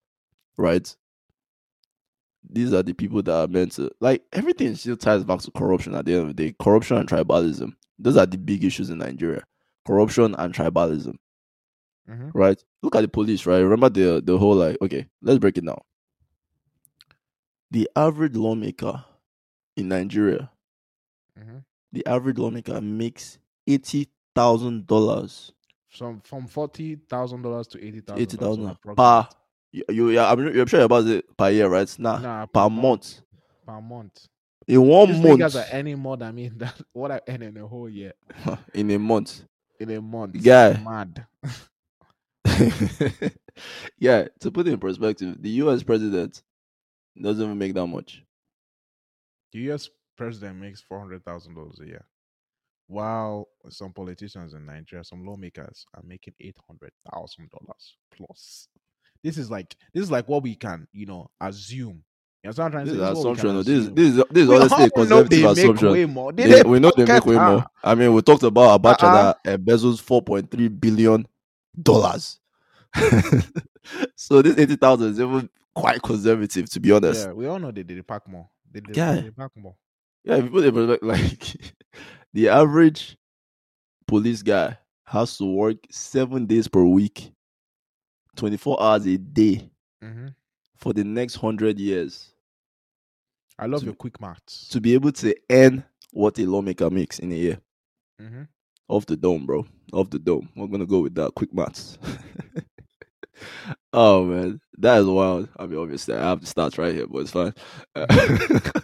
right? These are the people that are meant to like everything still ties back to corruption at the end of the day. Corruption and tribalism. Those are the big issues in Nigeria. Corruption and tribalism. Mhm. right? Look at the police, right? Remember the the whole like, okay, let's break it down. The average lawmaker in Nigeria, Mhm. the average lawmaker makes eighty thousand dollars, Some from forty thousand dollars to eighty thousand. eighty thousand per. You, you yeah, I'm, you're sure about it per year, right? Nah, Nah, per month. Per month. In one These month, niggas are earning more than me. (laughs) That what I earn in a whole year. (laughs) in a month, in a month. Guy. Mad. yeah. To put it in perspective, the U.S. president doesn't even make that much. The US president makes four hundred thousand dollars a year. While some politicians in Nigeria, some lawmakers are making eight hundred thousand dollars plus. This is like this is like what we can, you know, assume. You understand what I'm trying to This say? is This is what we assumption. can assume. We oh, This this is- this is honestly a all know they conservative make ah, assumption. way more. They, Yeah, they we know they make pocket way are. more. I mean, we talked about Abacha Uh-uh. that embezzles four point three billion dollars. (laughs) so this eighty thousand is even quite conservative, to be honest. Yeah, we all know they did pack more. They did Guy. they pack more. Yeah, if you put it in perspective, like (laughs) the average police guy has to work seven days per week, twenty four hours a day hmm for the next hundred years I love To- your quick maths. to be able to earn what a lawmaker makes in a year. hmm Off the dome, bro. Off the dome. We're gonna go with that. Quick maths. (laughs) oh man, that is wild. I mean, obviously, I have the stats right here, but it's fine. (laughs) Uh,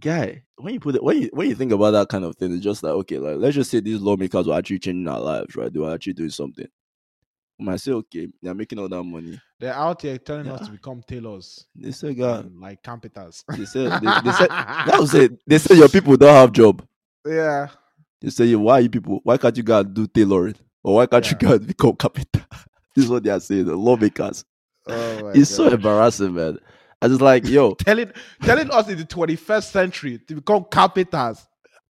Guy, when you put it, when you when you think about that kind of thing, it's just like okay, like let's just say these lawmakers were actually changing our lives, right? They were actually doing something. I might say, okay, they're making all that money. They're out here telling us Yeah. to become tailors They say, God, and like carpenters. they say, they, (laughs) they say, that was it. They say your people don't have job. Yeah. They say, why you people? Why can't you guys do tailoring? Or why can't you guys (laughs) become carpenter? this is what they are saying, the lawmakers. Oh my it's so gosh. embarrassing, man. I just like, yo, telling telling us in the 21st century to become carpenters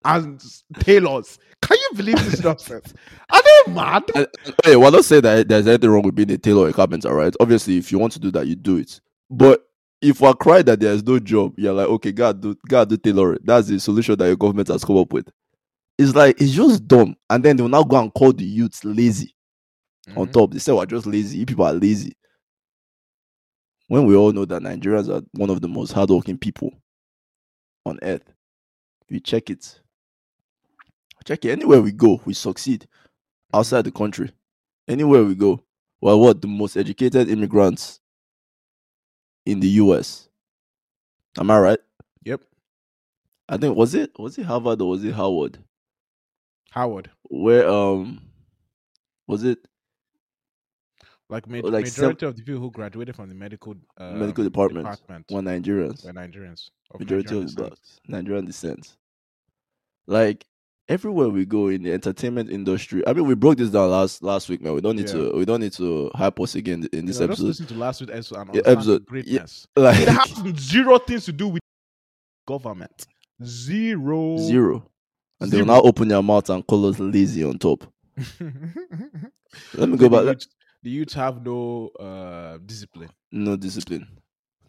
and s- tailors. Can you believe (laughs) this nonsense? Are they mad? hey, well, not say that there's anything wrong with being a tailor or a carpenter, right? Obviously, if you want to do that, you do it. But if I cry that there's no job, you're like, okay, God do God do tailoring. That's the solution that your government has come up with. It's like it's just dumb. Oh, Mm-hmm. And then they'll now go and call the youths lazy on top. They say we're just lazy. You people are lazy. When we all know that Nigerians are one of the most hardworking people on earth, we check it. Check it. Anywhere we go, we succeed. Outside the country, anywhere we go, well, what the most educated immigrants in the U.S. Am I right? Yep. I think was it was it Harvard or was it Howard? Howard, Where um was it like, ma- Oh, Like sev- majority of the people who graduated from the medical um, Medical department. one Nigerians? were Nigerians. of majority Nigerian of descent. blacks, Nigerian descent. Like everywhere we go in the entertainment industry, I mean, we broke this down last last week, man. We don't need Yeah. to we don't need to hype us again in You this know, just episode. listen to last week's episode and Yeah, understand the episode. Yeah. (laughs) greatness. Like It has zero things to do with government. Zero. (laughs) (laughs) zero, and they will Zero. now open their mouth and call us lazy on top. Let me So go back. The Let- youth, the youth have no uh, discipline. no discipline.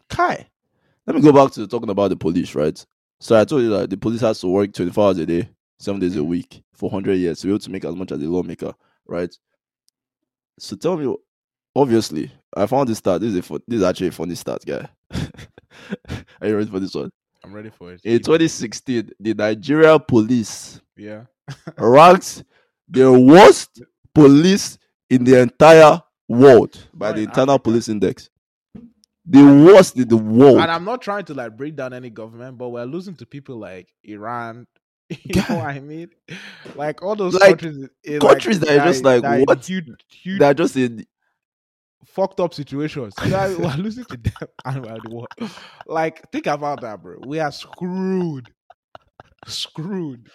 Kai, let me go back to talking about the police, right? So I told you that the police has to work 24 hours a day, seven days a week for 100 years to be able to make as much as a lawmaker, right? So tell me, obviously, I found this stat. This is, a fun, this is actually a funny stat, guy. (laughs) Are you ready for this one? I'm ready for it. In 2016, the Nigeria police Yeah. ranked the worst police in the entire world by Not the in Internal Africa. Police Index. The worst in the world. And I'm not trying to like break down any government, but we're losing to people like Iran. (laughs) You know Guy. what I mean? Like all those Like, countries, eh, countries that are just like, that are in what? Huge, huge They're just in fucked up situations. You know what I mean? (laughs) we're losing to them (laughs) and we're the world. Like, think about that, bro. We are screwed. Screwed.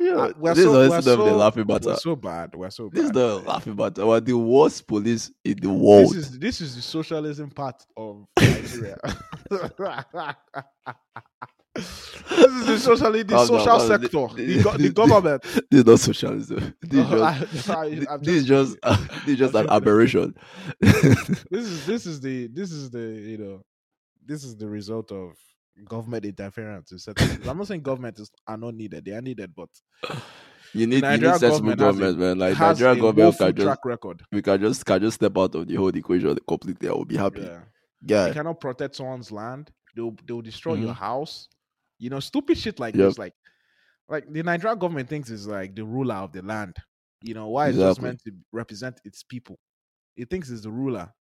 yeah, Uh, we're Ah, this so- we're is not even the so- laughing matter. We're so bad. We're so This is bad. the laughing matter. We're the worst police in the This world. is this is the socialism part (laughs) of Nigeria. (laughs) this is the socially the Calm down, social calm down. sector, Th- the, go- the th- government. (laughs) This is (laughs) not socialism. This is just, I- I- I'm this is just, (laughs) this is just I'm an (laughs) joking. aberration. (laughs) this is this is the this is the you know this is the result of government interference in certain things. I'm not saying government is are not needed; they are needed, but you need, you need Nigeria sensible government has a- government, man. it Like has Nigeria a government woeful can just, track record. we can just can just step out of the whole equation completely. I will be happy. Yeah. Guy, They cannot protect someone's land. They'll they'll destroy your Mhm. house. You know, stupid shit like Yep. this. Like, like the Nigerian government thinks is like the ruler of the land. You know, why it's just Exactly. meant to represent its people. It thinks it's the ruler.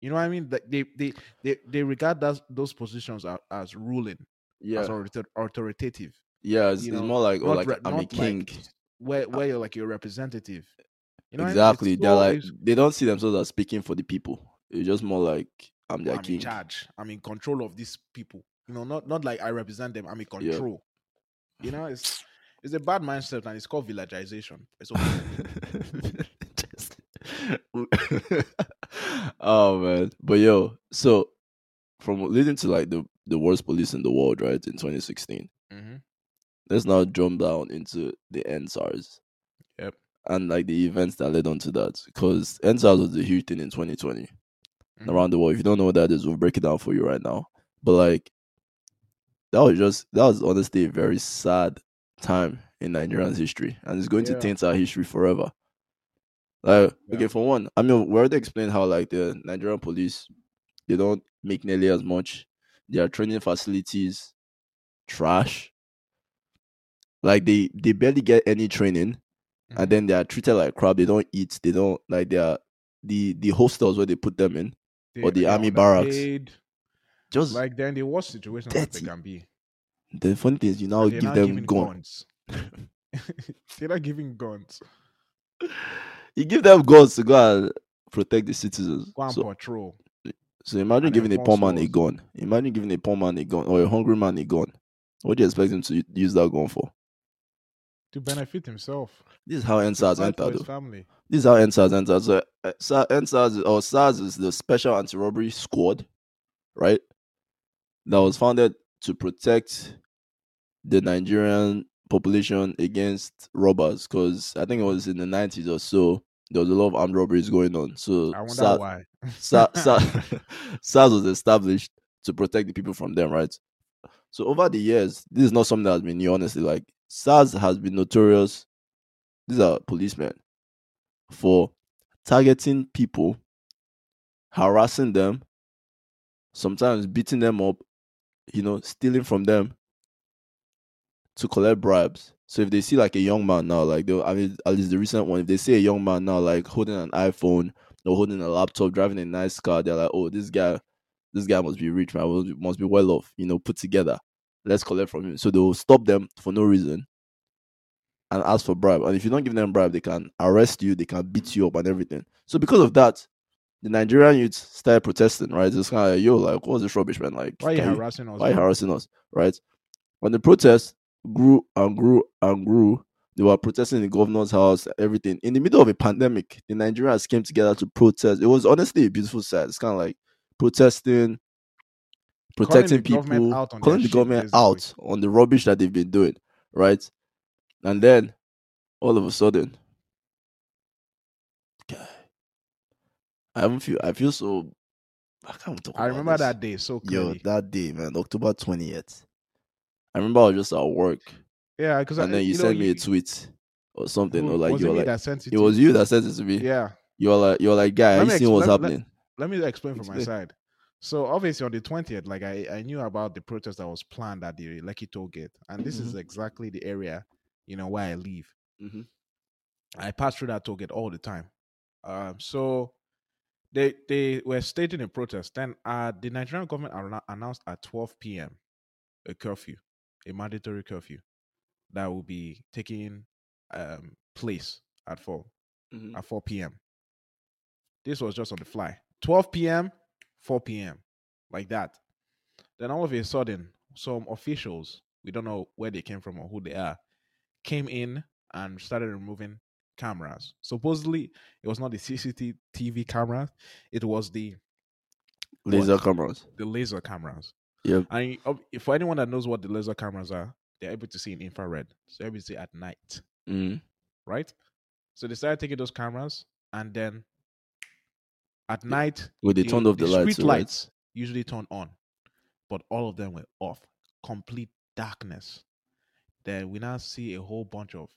You know what I mean? Like they they they, they regard that those positions as, as ruling, as yeah, authorita- authoritative. yeah. It's, you it's know, more like, oh, not like re- I'm a not king. like- Where where you're like your representative. You know what I mean? It's Uh, exactly. They're so- like it's- they don't see themselves as speaking for the people. It's just more like I'm their I'm in king. (laughs) charge. I'm in control of these people. You know, not not like I represent them. I'm in control. You know, it's it's a bad mindset and it's called villagization. It's okay. Just- (laughs) oh man, but yo, so from leading to like the the worst police in the world, right? In 2016, Mhm. let's now jump down into the NSARS. Yep. And like the events that led on to that, because NSARS was a huge thing in 2020 Mhm. around the world. If you don't know what that is, we'll break it down for you right now. But like, that was just that was honestly a very sad time in Nigerian's history, and it's going Yeah. to taint our history forever. Like, Yeah. okay, for one, I mean, we already explained how like the Nigerian police they don't make nearly as much. Their training facilities trash. Like they they barely get any training, Mhm. and then they are treated like crap. They don't eat. They don't like they are the the hostels where they put them in. They- or the they are army barracks. underpaid. Just Like then the worst situation that they Dirty. can be. the funny thing is you now And they're give not them giving gun. guns. (laughs) they're not giving guns. You give them guns to go and protect the citizens. Go and So, patrol. so imagine and giving a poor enforce man a laws. gun. Imagine giving a poor man a gun or a hungry man a gun. What do you expect him to u- use that gun for? To benefit himself. This is how NSARS fight for entered. his though. family. This is how NSARS entered. So uh, Sa- NSARS or SARS is the Special Anti Robbery Squad, right? That was founded to protect the Nigerian population against robbers. Because I think it was in the nineties or so. There was a lot of armed robberies going on. So I wonder Sa- why. Sa- Sa- (laughs) SARS was established to protect the people from them, right? So over the years, this is not something that has been new, honestly. Like SARS has been notorious. These are policemen for targeting people, harassing them, sometimes beating them up, you know, stealing from them to collect bribes. So if they see like a young man now, like they, I mean, at least the recent one, if they see a young man now, like holding an iPhone or holding a laptop, driving a nice car, they're like, oh, this guy, this guy must be rich, man, must be- must be well off, you know, put together. Let's collect from him. So they will stop them for no reason and ask for bribe. And if you don't give them bribe, they can arrest you, they can beat you up and everything. So because of that, the Nigerian youths started protesting, right? It's kind of like, yo, like, what's this rubbish, man? Like, Why are you can you- harassing us? why bro? harassing us, right? When the protest grew and grew and grew, they were protesting in the governor's house, everything. In the middle of a pandemic, the Nigerians came together to protest. It was honestly a beautiful sight. It's kind of like protesting, protecting the government people, out on calling their the shit, government basically. out on the rubbish that they've been doing, right? And then all of a sudden, God, I haven't feel I feel so. I can't talk. I about remember this. that day so Yo, clearly. that day, man, October 20th. I remember I was just at work yeah, because and then you, sent me a tweet or something. Or like was you it me were like that sent it? it to was you? you that sent it to me. Yeah. You were like you were like guy, Let I me seen what's expl- let- happening. Let me explain from my Explain. side. So obviously on the twentieth, like I, I knew about the protest that was planned at the Lekki toll gate, and this is exactly the area, you know, where I live. Mhm. I pass through that toll gate all the time. Um, so they they were staging a protest. Then uh, the Nigerian government arou- announced at 12 p.m. a curfew, a mandatory curfew that will be taking um, place at 4 Mhm. at 4 p.m. This was just on the fly. 12 p.m., 4 p.m., like that. Then all of a sudden, some officials, we don't know where they came from or who they are, came in and started removing cameras. Supposedly, it was not the CCTV cameras, it was the Laser cameras. the laser cameras. Yep. And ob- for anyone that knows what the laser cameras are, they're able to see in infrared. So they're able to see at night, Mm. right? So they started taking those cameras and then at night Well, they turned off the, lights. street so, right? lights usually turn on, but all of them were off. Complete darkness. Then we now see a whole bunch of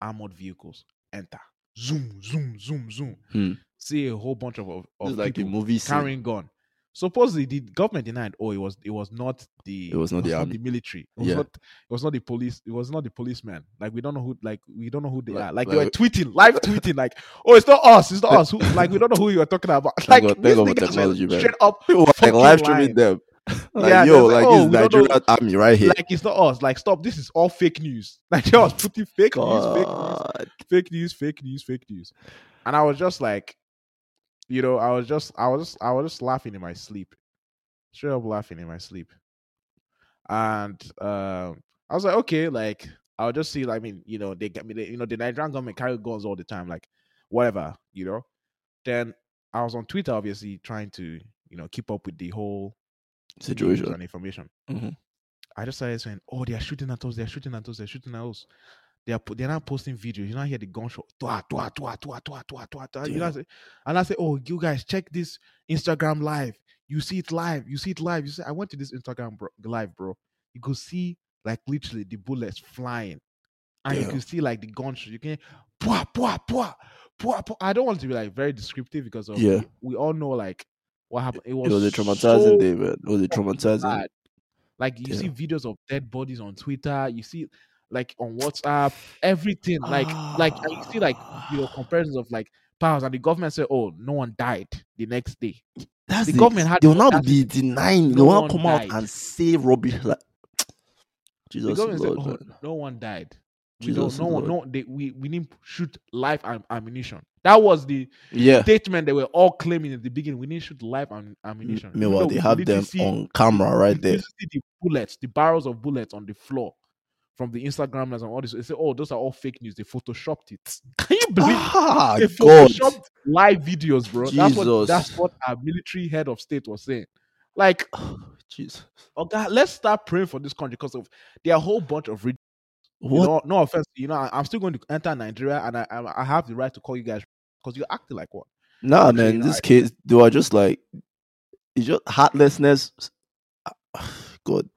armored vehicles enter. Zoom, zoom, zoom, zoom. Hmm. See a whole bunch of, of, This of is like a people movie scene. carrying gun. Supposedly the government denied. Oh, it was it was not the It was not the army. military. It was Yeah. not it was not the police. It was not the policeman. Like we don't know who like we don't know who they Like- are. Like, like- they were tweeting live tweeting like, oh it's not us, it's not (laughs) us. Who, like we don't know who you are talking about. Like Thank God- these thank God for niggas were technology, man. straight (laughs) up (laughs) People were like fucking live lying. (laughs) streaming them. like Yeah, there's yo, like, like oh, this is we don't know- Nigerian army right here. Like it's not us. Like stop. This is all fake news. (laughs) Like they was putting fake news, fake news, God. fake news, fake news, fake news. And I was just like, you know, I was just, I was, just, I was just laughing in my sleep, straight up laughing in my sleep. And um, I was like, okay, like I'll just see. Like, I mean, you know, they get me. They, you know, the Nigerian government carry guns all the time. Like, whatever, you know. Then I was on Twitter, obviously, trying to, you know, keep up with the whole news Situation. and information. Mhm. I just started saying, "Oh, they are shooting at us! They are shooting at us! They are shooting at us! They are po- they're not posting videos. You now hear the gunshot. Twa twa twa twa twa twa twa twa. You know, Damn. say, and I say, "Oh, you guys, check this Instagram live. You see it live. You see it live. You see. I went to this Instagram bro, live, bro. You could see like literally the bullets flying, and you Damn. can see like the gunshot. You can, pwa pwa pwa pwa pwa. I don't want to be like very descriptive because of Yeah. we, we all know like what happened. It It was, was a traumatizing so day, man. It was a fucking traumatizing bad. Like you see Damn. videos of dead bodies on Twitter, you see like on WhatsApp, everything. Like like and you see like you know Ah. comparisons of like powers and the government said, Oh, no one died the next day. That's The government had they the will not audacity. be denying. They No will not one come died. out and say rubbish like The Jesus government said, Lord, Oh, man. no one died. We Jesus don't no one Lord. no they we, we didn't shoot live am- ammunition. That was the Yeah. statement they were all claiming at the beginning. We didn't shoot live am- ammunition. even though Meanwhile, we they could have literally them see on camera right you there. see the bullets, the barrels of bullets on the floor from the Instagram and all this. They say, oh, those are all fake news. They photoshopped it. (laughs) Can you believe Ah, they God. photoshopped live videos, bro? That's what Jesus. that's what our military head of state was saying. Like, Jesus. oh God, let's start praying for this country because of there are a whole bunch of rid- you What? know, no offense, you know, I, am still going to enter Nigeria and I, I I have the right to call you guys because you're acting like one. Nah, Actually, man. you know, This case, they were just like, it's just heartlessness. (sighs) God.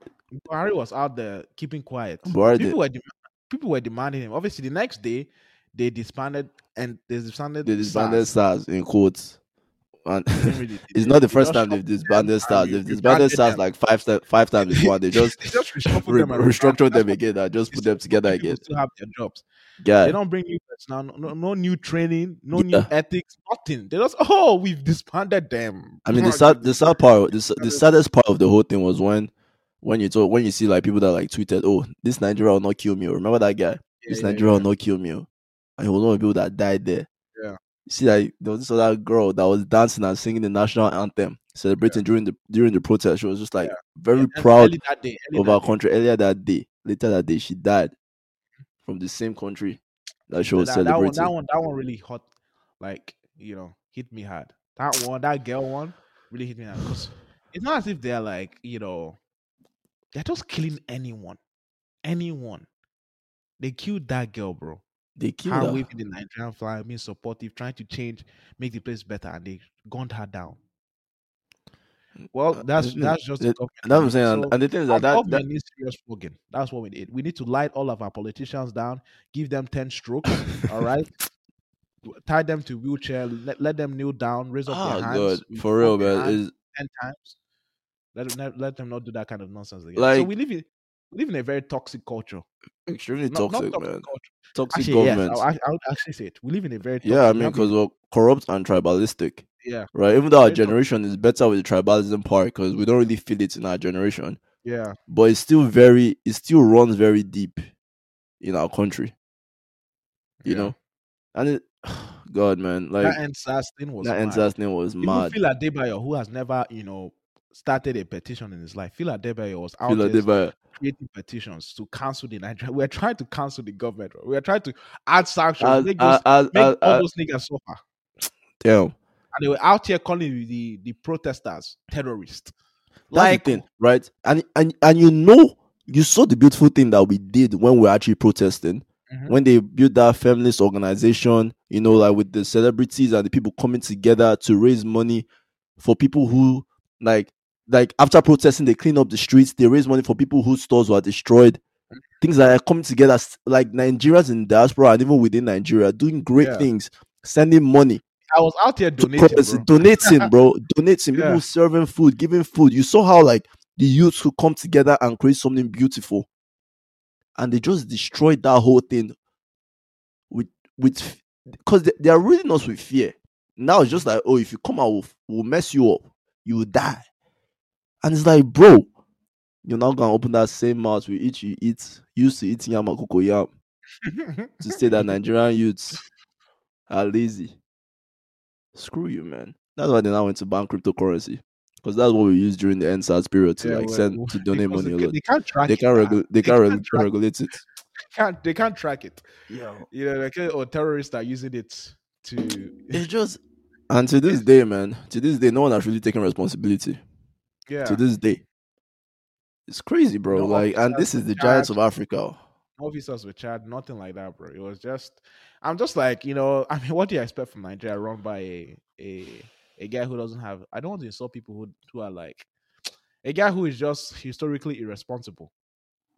Buhari was out there keeping quiet. Buhari people did- were dem- people were demanding him. Obviously, the next day they disbanded and they disbanded. They disbanded SARS. SARS in quotes. Man, (laughs) Didn't really- it's not the they first just time they've shuffled them disbanded and stars. we They've rebranded disbanded stars them. like five ti- five times (laughs) before. They just they just reshuffle re- them and rebrand them. (laughs) restructured them again and just put them together People again. Still have their jobs. Yeah, They don't bring new now. No, no, no new training. No new Yeah. ethics. Nothing. They just oh, we've disbanded them. I mean the Right. sad the sad part the, s- the Saddest- saddest part of the whole thing was when when you talk when you see like people that like tweeted, Oh, this Nigeria will not kill me. oh." Remember that guy? Yeah, this yeah, Nigeria yeah. will not kill me. oh. And he was one of the people that died there. Yeah. You see like there was this other girl that was dancing and singing the national anthem, celebrating during the during the protest. She was just like Yeah. very And proud early that day, early of that our day, country earlier that day. Later that day she died from the same country that she was that, that one, celebrating. that one, that one really hot. Like you know, hit me hard. That one, that girl one, really hit me hard. 'Cause it's not as if they're like you know, they're just killing anyone, anyone. They killed that girl, bro. They killed Her her. waving the Nigerian flag, being supportive, trying to change, make the place better, and they gunned her down. Well, Uh, that's isn't it- that's just the it- government. And that's what I'm now. saying. and- So- and the thing is our that, that, that government needs serious flogging. That's what we need. We need to light all of our politicians down, give them 10 strokes, all (laughs) right? Tie them to wheelchair, let, let them kneel down, raise up Ah, their hands. God, we for real, flog their man. hands It's, 10 times. Let, them- let, let them not do that kind of nonsense again. so Like- we live in we live in a very toxic culture. extremely Not, toxic, not toxic man. culture. Toxic Actually, government. yes, I, I- I would actually say it. We live in a very toxic yeah, I we mean, have a- because we're corrupt and tribalistic, yeah, right? Even though our Very toxic. generation is better with the tribalism part, because we don't really feel it in our generation, yeah, but it's still very, it still runs very deep in our country, you yeah. know. And it, (sighs) God, man, like that NSAS thing was that mad. NSAS name was Even mad. Phil Adebayo, who has never, you know, started a petition in his life, Phil Adebayo was out Phil there Adebayo. creating petitions to cancel the Nigeria. We're trying to cancel the government. bro. We're trying to add sanctions, As- make, as- those, as- make as- uh, all as- those niggas suffer. Damn. And they were out here calling the, the protesters terrorists. That's the thing, right? And and and you know, you saw the beautiful thing that we did when we were actually protesting. Mhm. When they built that feminist organization, you know, like with the celebrities and the people coming together to raise money for people who like like after protesting, they clean up the streets, they raise money for people whose stores were destroyed. Things that are coming together, s- like Nigerians in diaspora and even within Nigeria, doing great Yeah. things, sending money, I was out here to donating. protest, Bro. donating, bro, (laughs) donating. Yeah. People serving food, giving food. You saw how like the youths could come together and create something beautiful, and they just destroyed that whole thing with with because they, they are reading us with fear. Now it's just like, oh, if you come out, we'll, f- we'll mess you up, you will die, and it's like, bro, you're not gonna open that same mouth we eat you eat used to eat yam and cocoa yam (laughs) to say that Nigerian youths are lazy. Screw you, man. That's why they now went to ban cryptocurrency because that's what we used during the NSAS period to Yeah, like well, (laughs) send to donate Because money a they, lot. can, they can't track They it. can't now. regulate. They They can't can't regu- track- regulate it. Can't- they can't track it. Yo, You know, like, or terrorists are using it to it's just and to this day, man. To this day, no one has really taken responsibility. yeah. To this day, it's crazy, bro. No like, officers and this is in the giants charge. of Africa. officers were charged, nothing like that, bro. It was just, I'm just like, you know, (laughs) I mean, what do you expect from Nigeria run by a a, a guy who doesn't have? I don't want to insult people who who are like a guy who is just historically irresponsible.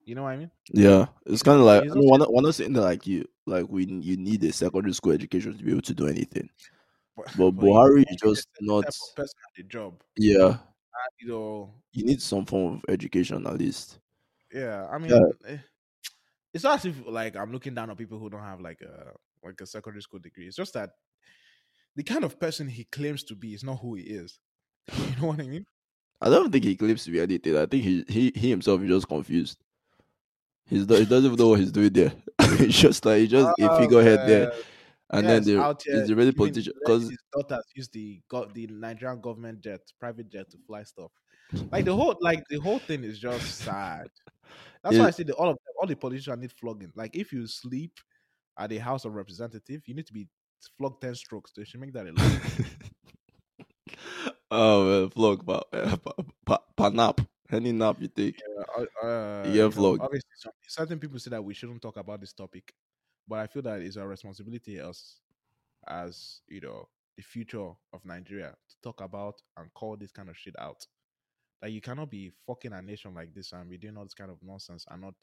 You know what I mean? (laughs) Yeah, it's kind of like I it's mean, we're not, we're not saying that like you like we you need a secondary school education to be able to do anything. But you Buhari need is a just certain not. type of person at the job. Yeah, And, you know, you need some form of education at least. yeah. I mean, Yeah. eh, it's not as if like I'm looking down on people who don't have like a like a secondary school degree. It's just that the kind of person he claims to be is not who he is. (laughs) You know what I mean? I don't think he claims to be anything. I think he he, he himself is just confused. He's do- he doesn't even know what he's doing there. (laughs) it's just like he's just a Oh, figurehead there, man. and Yes, then the out here he's the really giving politician let because his daughters use the go- the Nigerian government jet, private jet to fly stuff. (laughs) Like the whole like the whole thing is just sad. That's why I It- say that all of them, all the politicians need flogging. Like if you sleep at the House of Representative, you need to be flogged ten strokes. They should make that a law. oh man, eh, vlog, pa, pa, pa, pa nap, any nap you take, Uh, uh, you you know, get vlogged. obviously, some, certain people say that we shouldn't talk about this topic, but I feel that it's our responsibility as, as you know, the future of Nigeria to talk about and call this kind of shit out. Like you cannot be fucking a nation like this and be doing all this kind of nonsense and not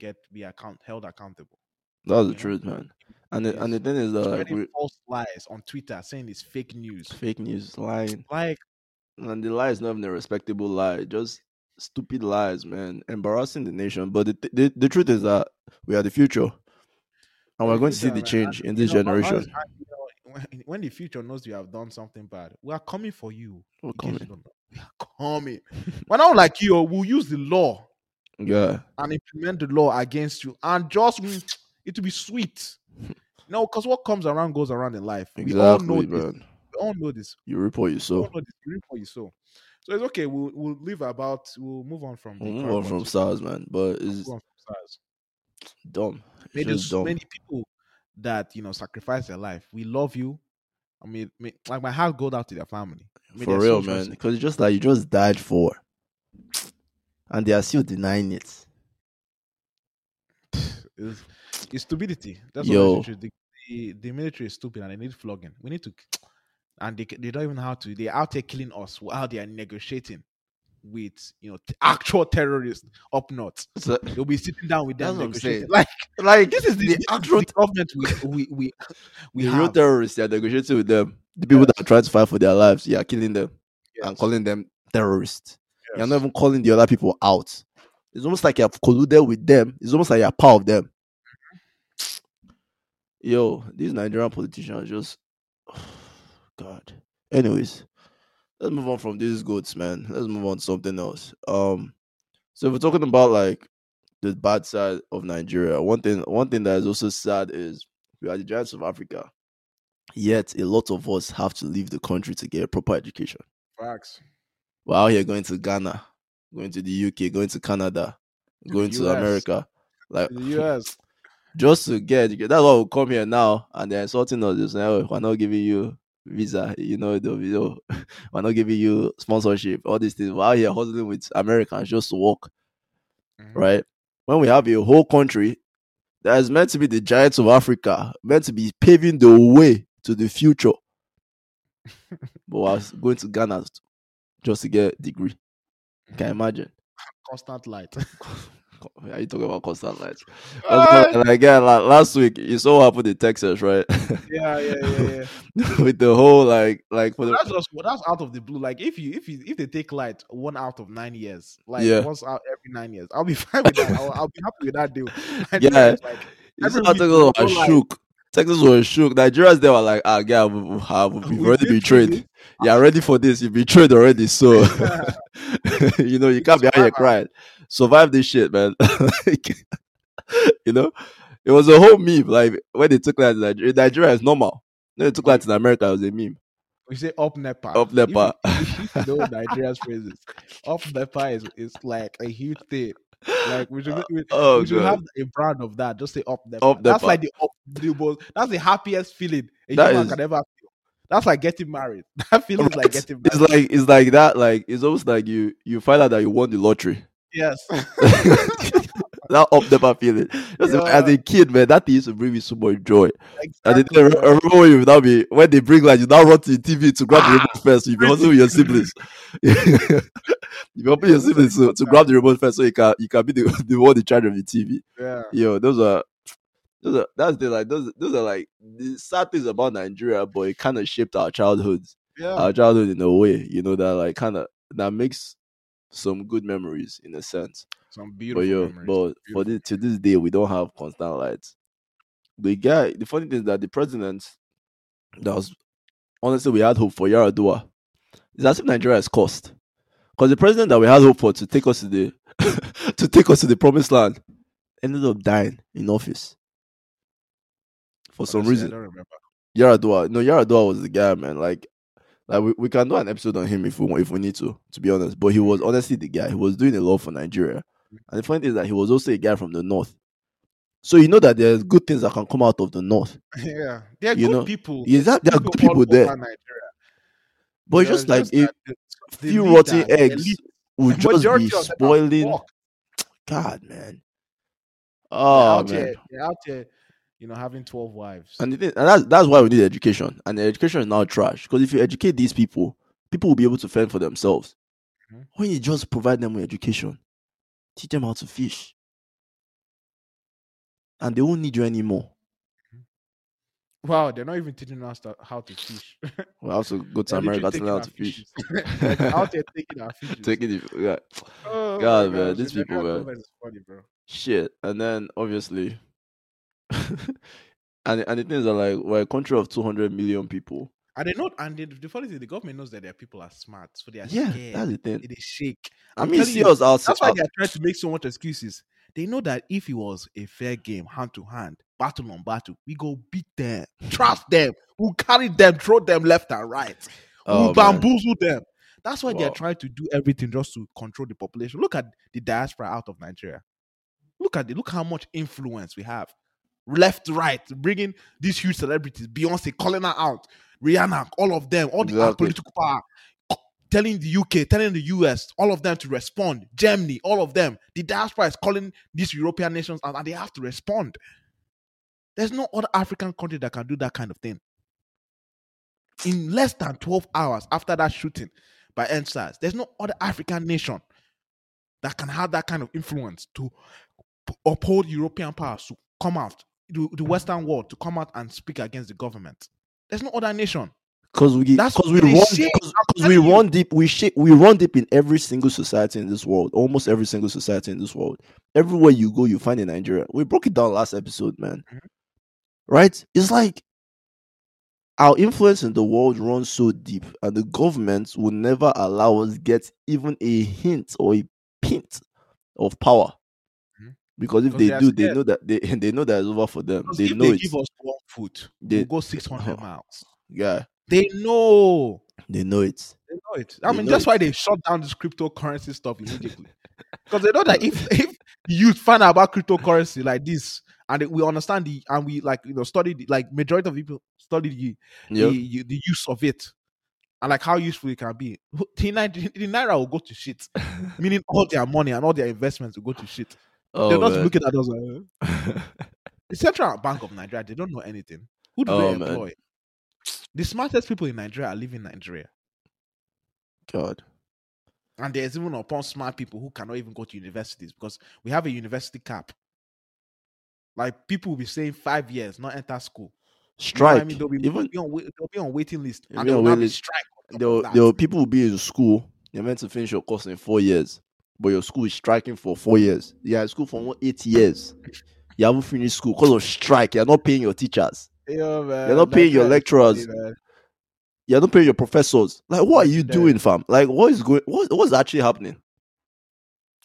get be account held accountable. That's the you know? truth, man. And the, and the thing is that like, spreading Uh, we false lies on Twitter saying it's fake news. fake news lying, Like, and the lie is not even a respectable lie. Just stupid lies, man. Embarrassing the nation. But the th- the, the truth is that we are the future, and we're going to see the Right. change in And, this you know, how- how generation. is- how- you know, (laughs) when- When the future knows you have done something bad, we are coming for you. We're in case you coming. (laughs) don't know. We are coming. We're not like you. oh, We'll use the law Yeah, and implement the law against you, and just mm, it will be sweet. No, because what comes around goes around in life. we all know exactly, this. man. We all know this. You reap what you We sow. all know this. You reap what you sow. So it's okay. We'll we'll leave about. We'll move on from. the We'll current move on from conversation. SARS, man. But Move it's on from SARS. dumb. It's Maybe just dumb. many people that you know sacrifice their life. We love you. I mean, may- like my heart goes out to their family. I mean, For they're real, so man. trusting. Because it's just like you just died for, and they are still denying it. It's, it's stupidity. That's Yo. what the, truth. the, the the military is stupid and they need flogging. We need to, and they they don't even know how to. They are out there killing us while they are negotiating with you know t- actual terrorists up north. So, They'll be sitting down with them That's what I'm negotiating. saying. Like like this is the, actual government we we we, we the real have. terrorists. They are negotiating with them. The people that are trying to fight for their lives. You are killing them Yes, and calling them terrorists. You're yes. not even calling the other people out. It's almost like you have colluded with them. It's almost like you're part of them. Mm-hmm. Yo, these Nigerian politicians just (sighs) God. Anyways, let's move on from these goods, man. Let's move on to something else. Um, so if we're talking about like the bad side of Nigeria, one thing one thing that is also sad is we are the giants of Africa. Yet a lot of us have to leave the country to get a proper education. Facts. We're out here going to Ghana, going to the UK, going to Canada, the going to US. America. Like In the U.S. just to get that's why we come here now and they're insulting us. Just now we're not giving you visa, (laughs) you know, the video. we're not giving you sponsorship, all these things. We're out here hustling with Americans just to work, Mhm. right? When we have a whole country that is meant to be the giants of Africa, meant to be paving the way to the future. but we're going to Ghana just to get a degree. Can you imagine? (laughs) Constant light. Are you talking about constant lights? Ah! like, yeah, la- last week you saw what happened in Texas, right? (laughs) (laughs) yeah, yeah, yeah, yeah. With the whole like, like for the That's just that's out of the blue. Like if you if you if they take light one out of nine years, like Yeah. once out every nine years, I'll be (laughs) fine with that. I'll, I'll be happy with that deal. (laughs) I think yeah, it's like, you every saw week how Texas we was go, like- shook. Texas was shook. Nigerians they were like, ah, yeah, we, we have we've We've already been been through trained. You are ready for this. You've been trained (laughs) already, so (laughs) you know you can't be out here Survive. crying. Survive this shit, man. (laughs) Like, you know, it was a whole meme. Like when they took that in Nigeria, Nigeria is normal. When they took that in America, it was a meme. we say up Nepa. Up If you- Nepa. if you know Nigeria's phrases. Up Nepa is is like a huge thing. Like we should, we, (laughs) Oh we should god. have a brand of that. Just say up Nepa. Up That's Nepa. like the up the most, That's the happiest feeling a That human is- can ever feel. That's like getting married. (laughs) That feeling is like Right? getting it's married. like it's like that. Like it's almost like you you find out that you won the lottery. (laughs) yes. that up never feeling. Just Yeah. as a kid, man, that thing used to bring me so much joy. And the Exactly. thing, I remember when you now be when they bring like you now run to the TV to grab the remote first. You be hustling with your siblings. (laughs) you be helping your Yeah, siblings to, to grab the remote first so you can you can be the, (laughs) the one in charge of the TV. Yeah. Yo, those are. Those are, that's the like those those are like the sad things about Nigeria, but it kind of shaped our childhoods. Yeah. our childhood in a way, you know, that like kind of that makes some good memories in a sense. Some beautiful but yo, memories. but Beautiful. for this to this day, we don't have constant lights. The guy, the funny thing is that the president that was honestly we had hope for Yaradua. It's as if Nigeria has cost. Because the president that we had hope for to take us to the (laughs) to take us to the promised land ended up dying in office for some Honestly, reason. I don't remember. Yaradua. No, Yaradua was the guy, man. Like, like we, we can do an episode on him if we want, if we need to, to be honest. But he was honestly the guy. He was doing a lot for Nigeria. And the funny thing is that he was also a guy from the north. So you know that there's good things that can come out of the north. (laughs) yeah. They're You good know, people. Yes, that there are People good all people there. over Nigeria. But it's Yeah, just like a that the- the few leaders, rotten the eggs elite, would the just majority be of them are spoiling. fucked. God, man. They're Oh out man. here. They're out here, you know, having 12 wives. And, the thing, and that's that's why we need education. And the education is now trash. Because if you educate these people, people will be able to fend for themselves. Mhm. When you just provide them with education, teach them how to fish, and they won't need you anymore. Wow, they're not even teaching us to- how to fish. (laughs) We have to go to They're literally America to taking learn how our to fish. fishes. (laughs) Like, they're out there taking (laughs) our fishes. Taking it, yeah. Oh my God, man, gosh, these the people, Nigerian man. government is funny, bro. shit. And then obviously, (laughs) and and the things are like we're a country of two hundred million people. And they know, and they, the funny thing, the government knows that their people are smart, so they are yeah, scared. that's the thing. They shake. I I'm mean, telling see you, us out. That's why they are trying to make so much excuses. They know that if it was a fair game, hand to hand, battle on battle, we go beat them, trust them, we'll carry them, throw them left and right, Oh, we'll man. bamboozle them. That's why they are Wow. trying to do everything just to control the population. Look at the diaspora out of Nigeria. Look at the look how much influence we have. Left, right, bringing these huge celebrities, Beyonce calling her out, Rihanna, all of them, all the Exactly. political power, telling the UK, telling the US, all of them to respond. Germany, all of them. The diaspora is calling these European nations out and they have to respond. There's no other African country that can do that kind of thing. In less than 12 hours after that shooting by NSAS, there's no other African nation that can have that kind of influence to p- uphold European powers to come out, the, the Western world to come out and speak against the government. There's no other nation. Because we, That's because we what they run, say. because we telling you. run deep. We shape, we run deep in every single society in this world. Almost every single society in this world. Everywhere you go, you find a Nigeria. We broke it down last episode, man. Mhm. Right? It's like our influence in the world runs so deep, and the government will never allow us get even a hint or a pint of power. Mhm. Because if 'Cause they, they are do, they scared. know that they (laughs) they know that it's over for them. Because They if know they it. give us one foot, They- we'll go 600 (laughs) miles. yeah, They know. they know it. They know it. I They mean, know that's it. why they shut down this cryptocurrency stuff (laughs) immediately. Because they know that if if you find out about cryptocurrency like this, and we understand the and we like you know study the, like majority of people study the, Yeah, the, you- the use of it and like how useful it can be. The naira, the naira will go to (laughs) shit, meaning all their money and all their investments will go to shit. oh, They're not man. looking at us. Like, "Eh." (laughs) the Central Bank of Nigeria, they don't know anything. Who do Oh, they man. employ? The smartest people in Nigeria are living in Nigeria. God. And there's even upon smart people who cannot even go to universities because we have a university cap. Like people will be saying five years, not enter school. You know what Strike. I mean, they'll be, Even be on, wait- they'll be on waiting list They'll and be on they'll have wait a list. strike. on top there, of that. there were people who be in school, they're meant to finish your course in four years, but your school is striking for four years. You're in school for one, eight years. You haven't finished school because of strike. You're not paying your teachers. Yeah, man, You're not paying your Uh, Nigeria is lecturers. funny, man. You're not paying your professors. Like, what are you Yeah. doing, fam? Like, what is going? What, what's actually happening?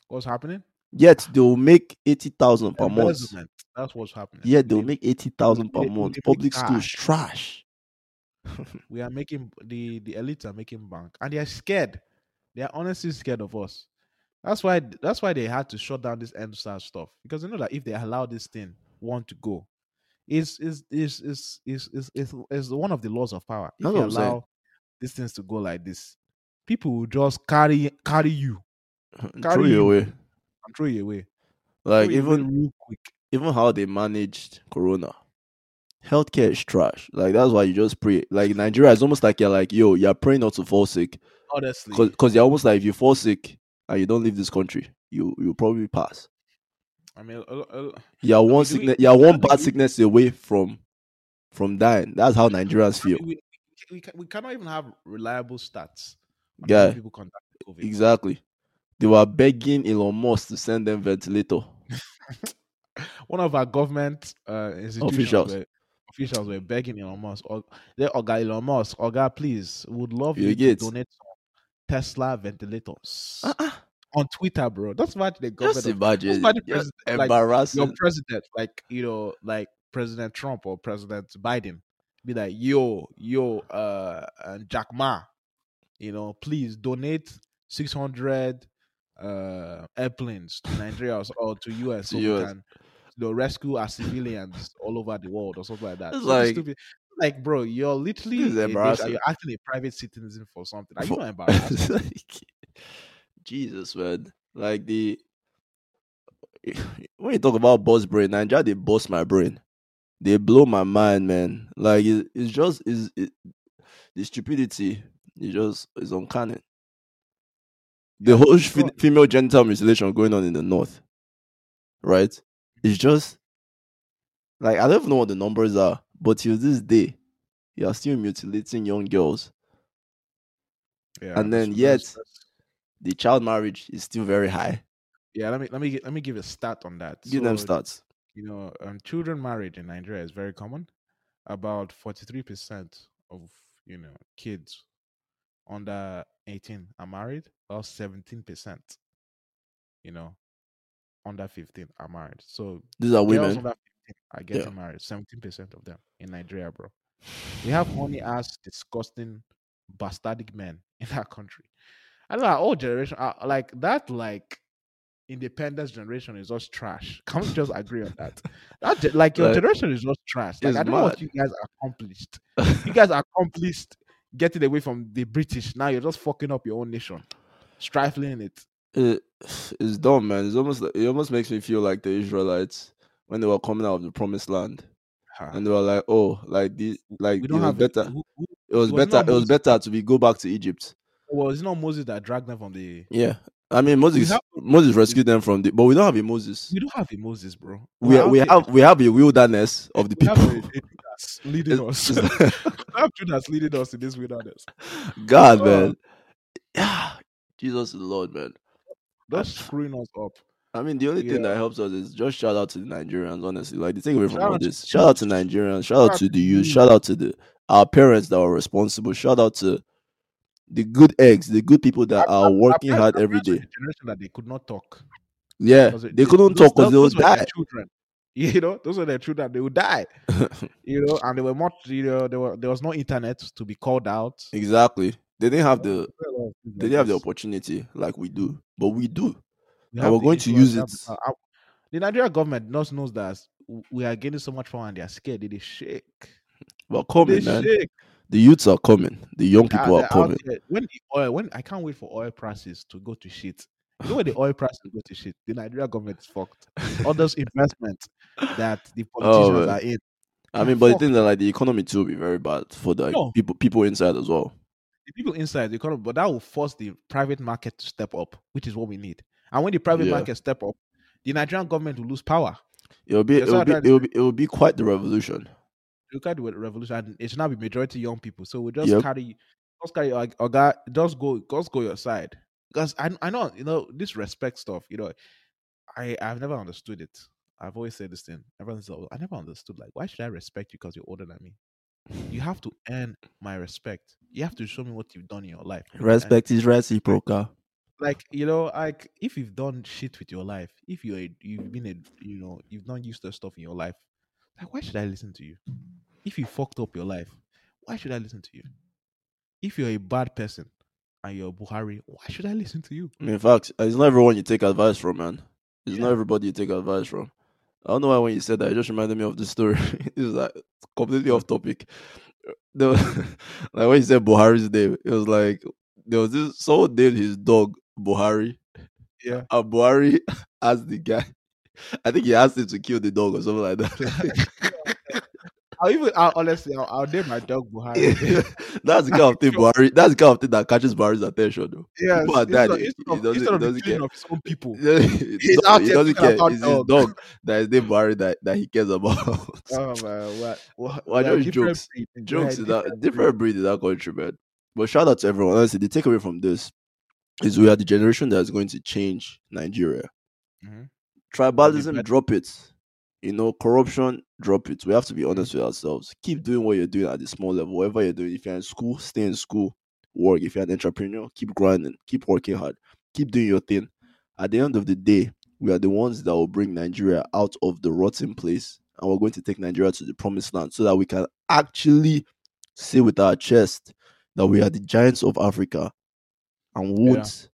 What's happening? Yet they'll make eighty thousand per month. Embezzlement. That's what's happening. Yeah, they'll They- make eighty thousand per they- month. they make Public schools trash. (laughs) we are making the the elites are making bank and they are scared they are honestly scared of us that's why that's why they had to shut down this end stuff because they know that if they allow this thing one to go is is is is is is is is one of the laws of power if That's you what I'm saying. allow these things to go like this people will just carry carry you Throw Carry it you. away. and throw you away Like Throw you away even real quick even how they managed corona healthcare is trash like that's why you just pray like in nigeria it's almost like you're like yo you're praying not to fall sick honestly because you're almost like if you fall sick and you don't leave this country you you'll probably pass i mean a lo- a lo- you're one do we- sickness (laughs) you're one do bad we- sickness away from from dying that's how nigerians I mean, feel we, we, ca- we cannot even have reliable stats on how Yeah. many people contacted covid exactly they were begging elon musk to send (laughs) them ventilator one of our government uh, institutions Officials. Were, officials were begging Elon Musk, or they Oga Elon Musk, Oga, please, would love Bill you Gates. to donate some Tesla ventilators uh-uh. on Twitter, bro. That's what the government. just imagine that's why the just president, like, embarrassing (laughs) your president, like you know, like President Trump or President Biden, be like, yo, yo, uh, and Jack Ma, you know, please donate six hundred uh airplanes to Nigeria or, or to US so To we US. can you know rescue our civilians all over the world or something like that. It's Something like- stupid. Like, bro, you're literally a is nation- embarrassing. you're acting a private citizen for something. Are you For- (laughs) not embarrassed? Like, Jesus, man. Like the (laughs) when you talk about boss brain, Nigeria they boss my brain. They blow my mind, man. Like it, it's just is it, the stupidity. It just is uncanny. The whole sh- God. female genital mutilation going on in the north, right? It's just like I don't even know what the numbers are, But till this day, you are still mutilating young girls. Yeah, that's- And then that's- yet- that's- The child marriage is still very high. yeah. Let me let me gi- let me give a stat on that. Give them So, stats. You know, um, children marriage in Nigeria is very common. About forty three percent of you know kids under eighteen are married, while seventeen percent, you know, under fifteen are married. So These are girls women. under 15 are getting married. Seventeen percent of them in Nigeria, bro. We have horny ass, disgusting, bastardic men (laughs) in our country. I don't know. Our old generation, uh, like that, like independence generation is just trash. (laughs) Can we just agree on that? That ge- like your Like, generation is just trash. Like it's I don't know what you guys accomplished. You (laughs) I guys accomplished getting away from the British. Now you're just fucking up your own nation, strifling it. It- it's dumb, man. It's almost like- it almost makes me feel like the Israelites when they were coming out of the promised land, Ah, and they were like, "Oh, like the like we it don't was have a- better. Who, who, It was it was better. not It was Moses. better to be go back to Egypt." well, it's not Moses that dragged them from the. Yeah, I mean Moses. have- Moses rescued them from the, but we don't have a Moses. We don't have a Moses, bro. We We're we out there- have we have a wilderness of the we have people. a, a Judas leading us. (laughs) It's- it's- I have Judas leading us in this wilderness. (laughs) God, Oh. man. Yeah, Jesus is Lord, man. That's screwing us up. I mean, the only thing Yeah. that helps us is just shout out to the Nigerians, honestly. Like, the thing away from Shout all out to this, shout out to Nigerians, shout out to the youth, youth. shout out to the our parents that were responsible, shout out to the good eggs, the good people that Our- are working Our hard parents- our every parents were day. The generation that they could not talk. Yeah, 'Cause they couldn't talk because they those would were die. their children. (laughs) You know, those were their children. They would (laughs) die. You know, and they were not. You know, there were there was no internet to be called out. Exactly. They didn't have Oh, the they didn't have the Like this. opportunity like we do, but we do. We and have we're the going to influence, use we have it. the power. Our- The Nigerian government just knows that w- we are gaining so much power and they are scared. They, they shake. We're they coming, man. shake. The youths are coming. The young Ah, people are they're out coming. here. When the oil, when I can't wait for oil prices to go to shit. You know when the oil prices go to shit, the Nigeria government is fucked. All (laughs) those investments that the politicians Oh, man. are in, I they're mean, but the fucked. thing that like the economy too will be very bad for the like, No. people people inside as well. the people inside the economy, but that will force the private market to step up, which is what we need. And when the private Yeah. market step up, the Nigerian government will lose power. It'll be That's it'll what be I'm trying to it'll be it'll be quite the revolution. Look at the revolution, and it should not be majority young people. So we just Yep. carry, just carry, our, our guy, just go, just go your side. Because I, I know, you know, this respect stuff, you know, I I've never understood it. I've always said this thing. Everyone's like, I never understood. Like, why should I respect you because you're older than me? You have to earn my respect. You have to show me what you've done in your life. And, is reciprocal. like you know, like if you've done shit with your life, if you're a, you've been a you know you've done useless stuff in your life, like why should I listen to you? If you fucked up your life, why should I listen to you? If you're a bad person and you're Buhari, why should I listen to you? I mean, in fact, it's not everyone you take advice from, man. It's not Yeah. everybody you take advice from. I don't know why when you said that, it just reminded me of the story. (laughs) it was like completely off topic. (laughs) There was, (laughs) like when you said Buhari's name, it was like there was this someone named his dog Buhari. Yeah. And Buhari (laughs) asked the guy. I think he asked him to kill the dog or something like that. I'll even I'll, honestly, I'll, I'll name my dog Buhari. (laughs) (laughs) that's the kind of thing Buhari. That's the kind of thing that catches Buhari's attention. Though. Yes, People are instead, dying. He- instead he of, doesn't- instead of he the doesn't killing care. of his own (laughs) people. He's out he here thinking doesn't care. about It's his dog. dog that is named Buhari that, that he cares about. Oh man, what? what (laughs) Why we're a just different jokes? breed. We're a (laughs) Jokes in that different breed. different breed in that country, man. But shout out to everyone. Honestly, the takeaway from this is we are the generation that is going to change Nigeria. Mhm. Tribalism, better. drop it. You know, corruption, drop it. We have to be honest with ourselves. Keep doing what you're doing at the small level. Whatever you're doing, if you're in school, stay in school. Work. If you're an entrepreneur, keep grinding. Keep working hard. Keep doing your thing. At the end of the day, we are the ones that will bring Nigeria out of the rotten place, and we're going to take Nigeria to the promised land, so that we can actually say with our chest that we are the giants of Africa, and Yeah. won't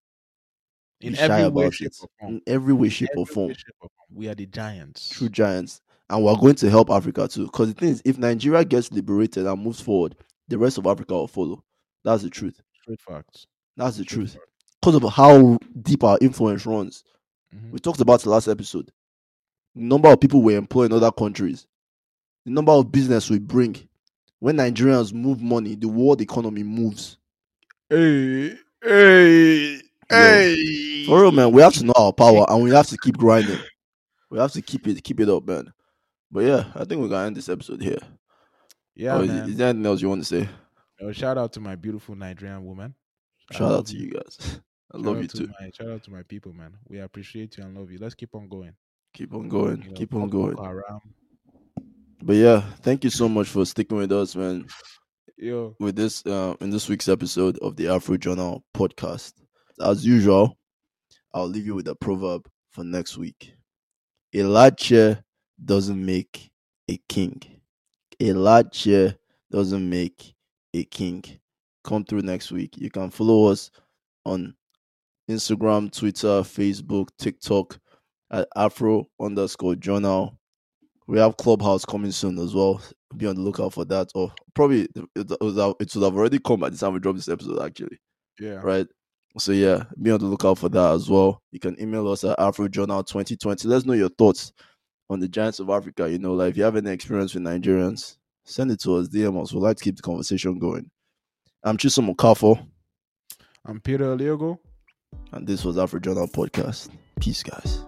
In be shy every way, about shape, it or form. in every way, In shape, or every form way, shape, or form. We are the giants. true giants, and we're going to help Africa too. Because the thing is, if Nigeria gets liberated and moves forward, the rest of Africa will follow. That's the truth. Straight facts. That's the Straight truth. facts. Because of how deep our influence runs. Mhm. We talked about it last episode. The number of people we employ in other countries, the number of business we bring. When Nigerians move money, the world economy moves. Hey, hey, hey. For real, man, we have to know our power and we have to keep grinding. We have to keep it, keep it up, man. But yeah, I think we can end this episode here. Yeah, or Oh, is, man. is there anything else you want to say? Yo, shout out to my beautiful Nigerian woman. I Shout out love to you guys. (laughs) I Shout love you out to too. My, shout out to my people, man. We appreciate you and love you. Let's keep on going. Keep on going. You know, Keep on fuck going. Boko Haram. But yeah, thank you so much for sticking with us, man. Yo, With this uh, in this week's episode of the Afro Journal podcast. As usual, I'll leave you with a proverb for next week. A large chair doesn't make a king. A large chair doesn't make a king. Come through next week. You can follow us on Instagram, Twitter, Facebook, TikTok at Afro underscore journal. We have Clubhouse coming soon as well. Be on the lookout for that. Or probably it, it, it should have already come by the time we drop this episode, actually yeah. right? So yeah, be on the lookout for that as well. You can email us at AfroJournal2020. Let's know your thoughts on the Giants of Africa. You know, like if you have any experience with Nigerians, send it to us, DM us. We'd like to keep the conversation going. I'm Chisom Okafo, I'm Peter Oliogo. and this was Afro Journal Podcast. Peace, guys.